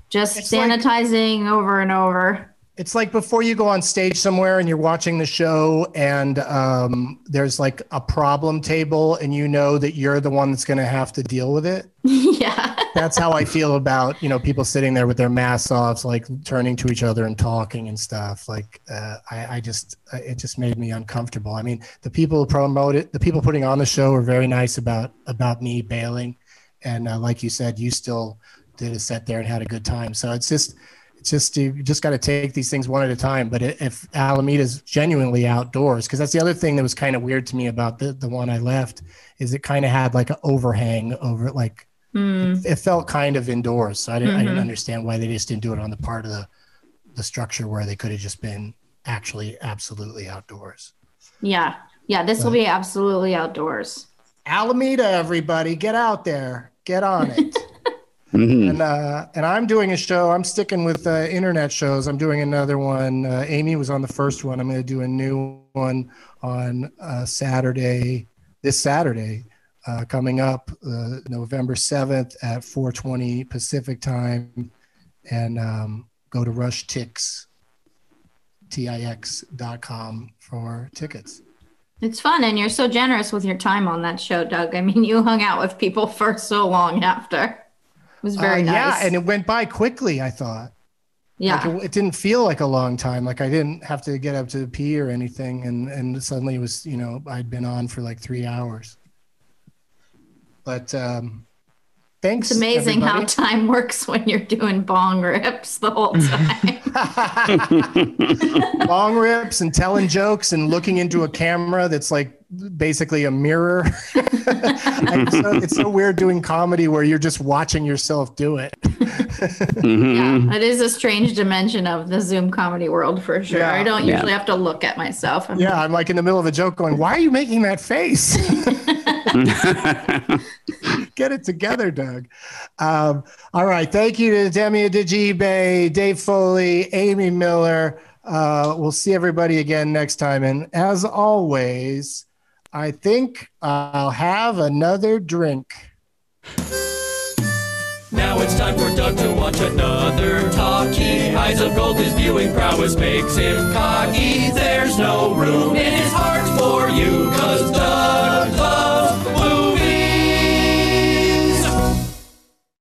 [SPEAKER 5] just sanitizing over and over.
[SPEAKER 2] It's like before you go on stage somewhere and you're watching the show, and um, there's like a problem table, and you know that you're the one that's going to have to deal with it.
[SPEAKER 5] yeah.
[SPEAKER 2] That's how I feel about you know people sitting there with their masks off, like turning to each other and talking and stuff. Like uh, I, I just uh, it just made me uncomfortable. I mean, the people who promote it, the people putting on the show, were very nice about about me bailing, and uh, like you said, you still did a set there and had a good time. So it's just it's just you just got to take these things one at a time. But i- if Alameda's genuinely outdoors, because that's the other thing that was kind of weird to me about the the one I left, is it kind of had like an overhang over it, like
[SPEAKER 5] Hmm.
[SPEAKER 2] it felt kind of indoors. So I didn't, I didn't
[SPEAKER 5] Mhm.
[SPEAKER 2] understand why they just didn't do it on the part of the, the structure where they could have just been actually absolutely outdoors.
[SPEAKER 5] Yeah. Yeah. This will be absolutely outdoors.
[SPEAKER 2] Alameda, everybody, get out there, get on it.
[SPEAKER 4] Mm-hmm.
[SPEAKER 2] And uh, and I'm doing a show. I'm sticking with uh, internet shows. I'm doing another one. Uh, Amy was on the first one. I'm going to do a new one on uh, Saturday, this Saturday, uh, coming up uh, November 7th at 4:20 Pacific time, and um, go to rushtix, tix dot com for tickets.
[SPEAKER 5] It's fun. And you're so generous with your time on that show, Doug. I mean, you hung out with people for so long after. It was very
[SPEAKER 2] Uh, Yeah,
[SPEAKER 5] nice.
[SPEAKER 2] and it went by quickly. I thought.
[SPEAKER 5] yeah.
[SPEAKER 2] Like, it, it didn't feel like a long time. Like I didn't have to get up to pee or anything, and and suddenly it was you know I'd been on for like three hours. But um, thanks.
[SPEAKER 5] It's amazing how
[SPEAKER 2] everybody.
[SPEAKER 5] time works when you're doing bong rips the whole time.
[SPEAKER 2] long rips and telling jokes and looking into a camera that's like basically a mirror. it's, so, it's so weird doing comedy where you're just watching yourself do it.
[SPEAKER 4] Mhm.
[SPEAKER 5] that is a strange dimension of the Zoom comedy world for sure. I don't
[SPEAKER 2] Yeah.
[SPEAKER 5] usually have to look at myself. I'm-
[SPEAKER 2] Yeah, I'm like in the middle of a joke going, Why are you making that face? Get it together, Doug. Um, all right. Thank you to Demi Digibe, Dave Foley, Amy Miller. Uh, we'll see everybody again next time. And as always, I think I'll have another drink.
[SPEAKER 1] Now it's time for Doug to watch another talkie. Eyes of gold, his viewing prowess makes him cocky. There's no room in his heart for you, cause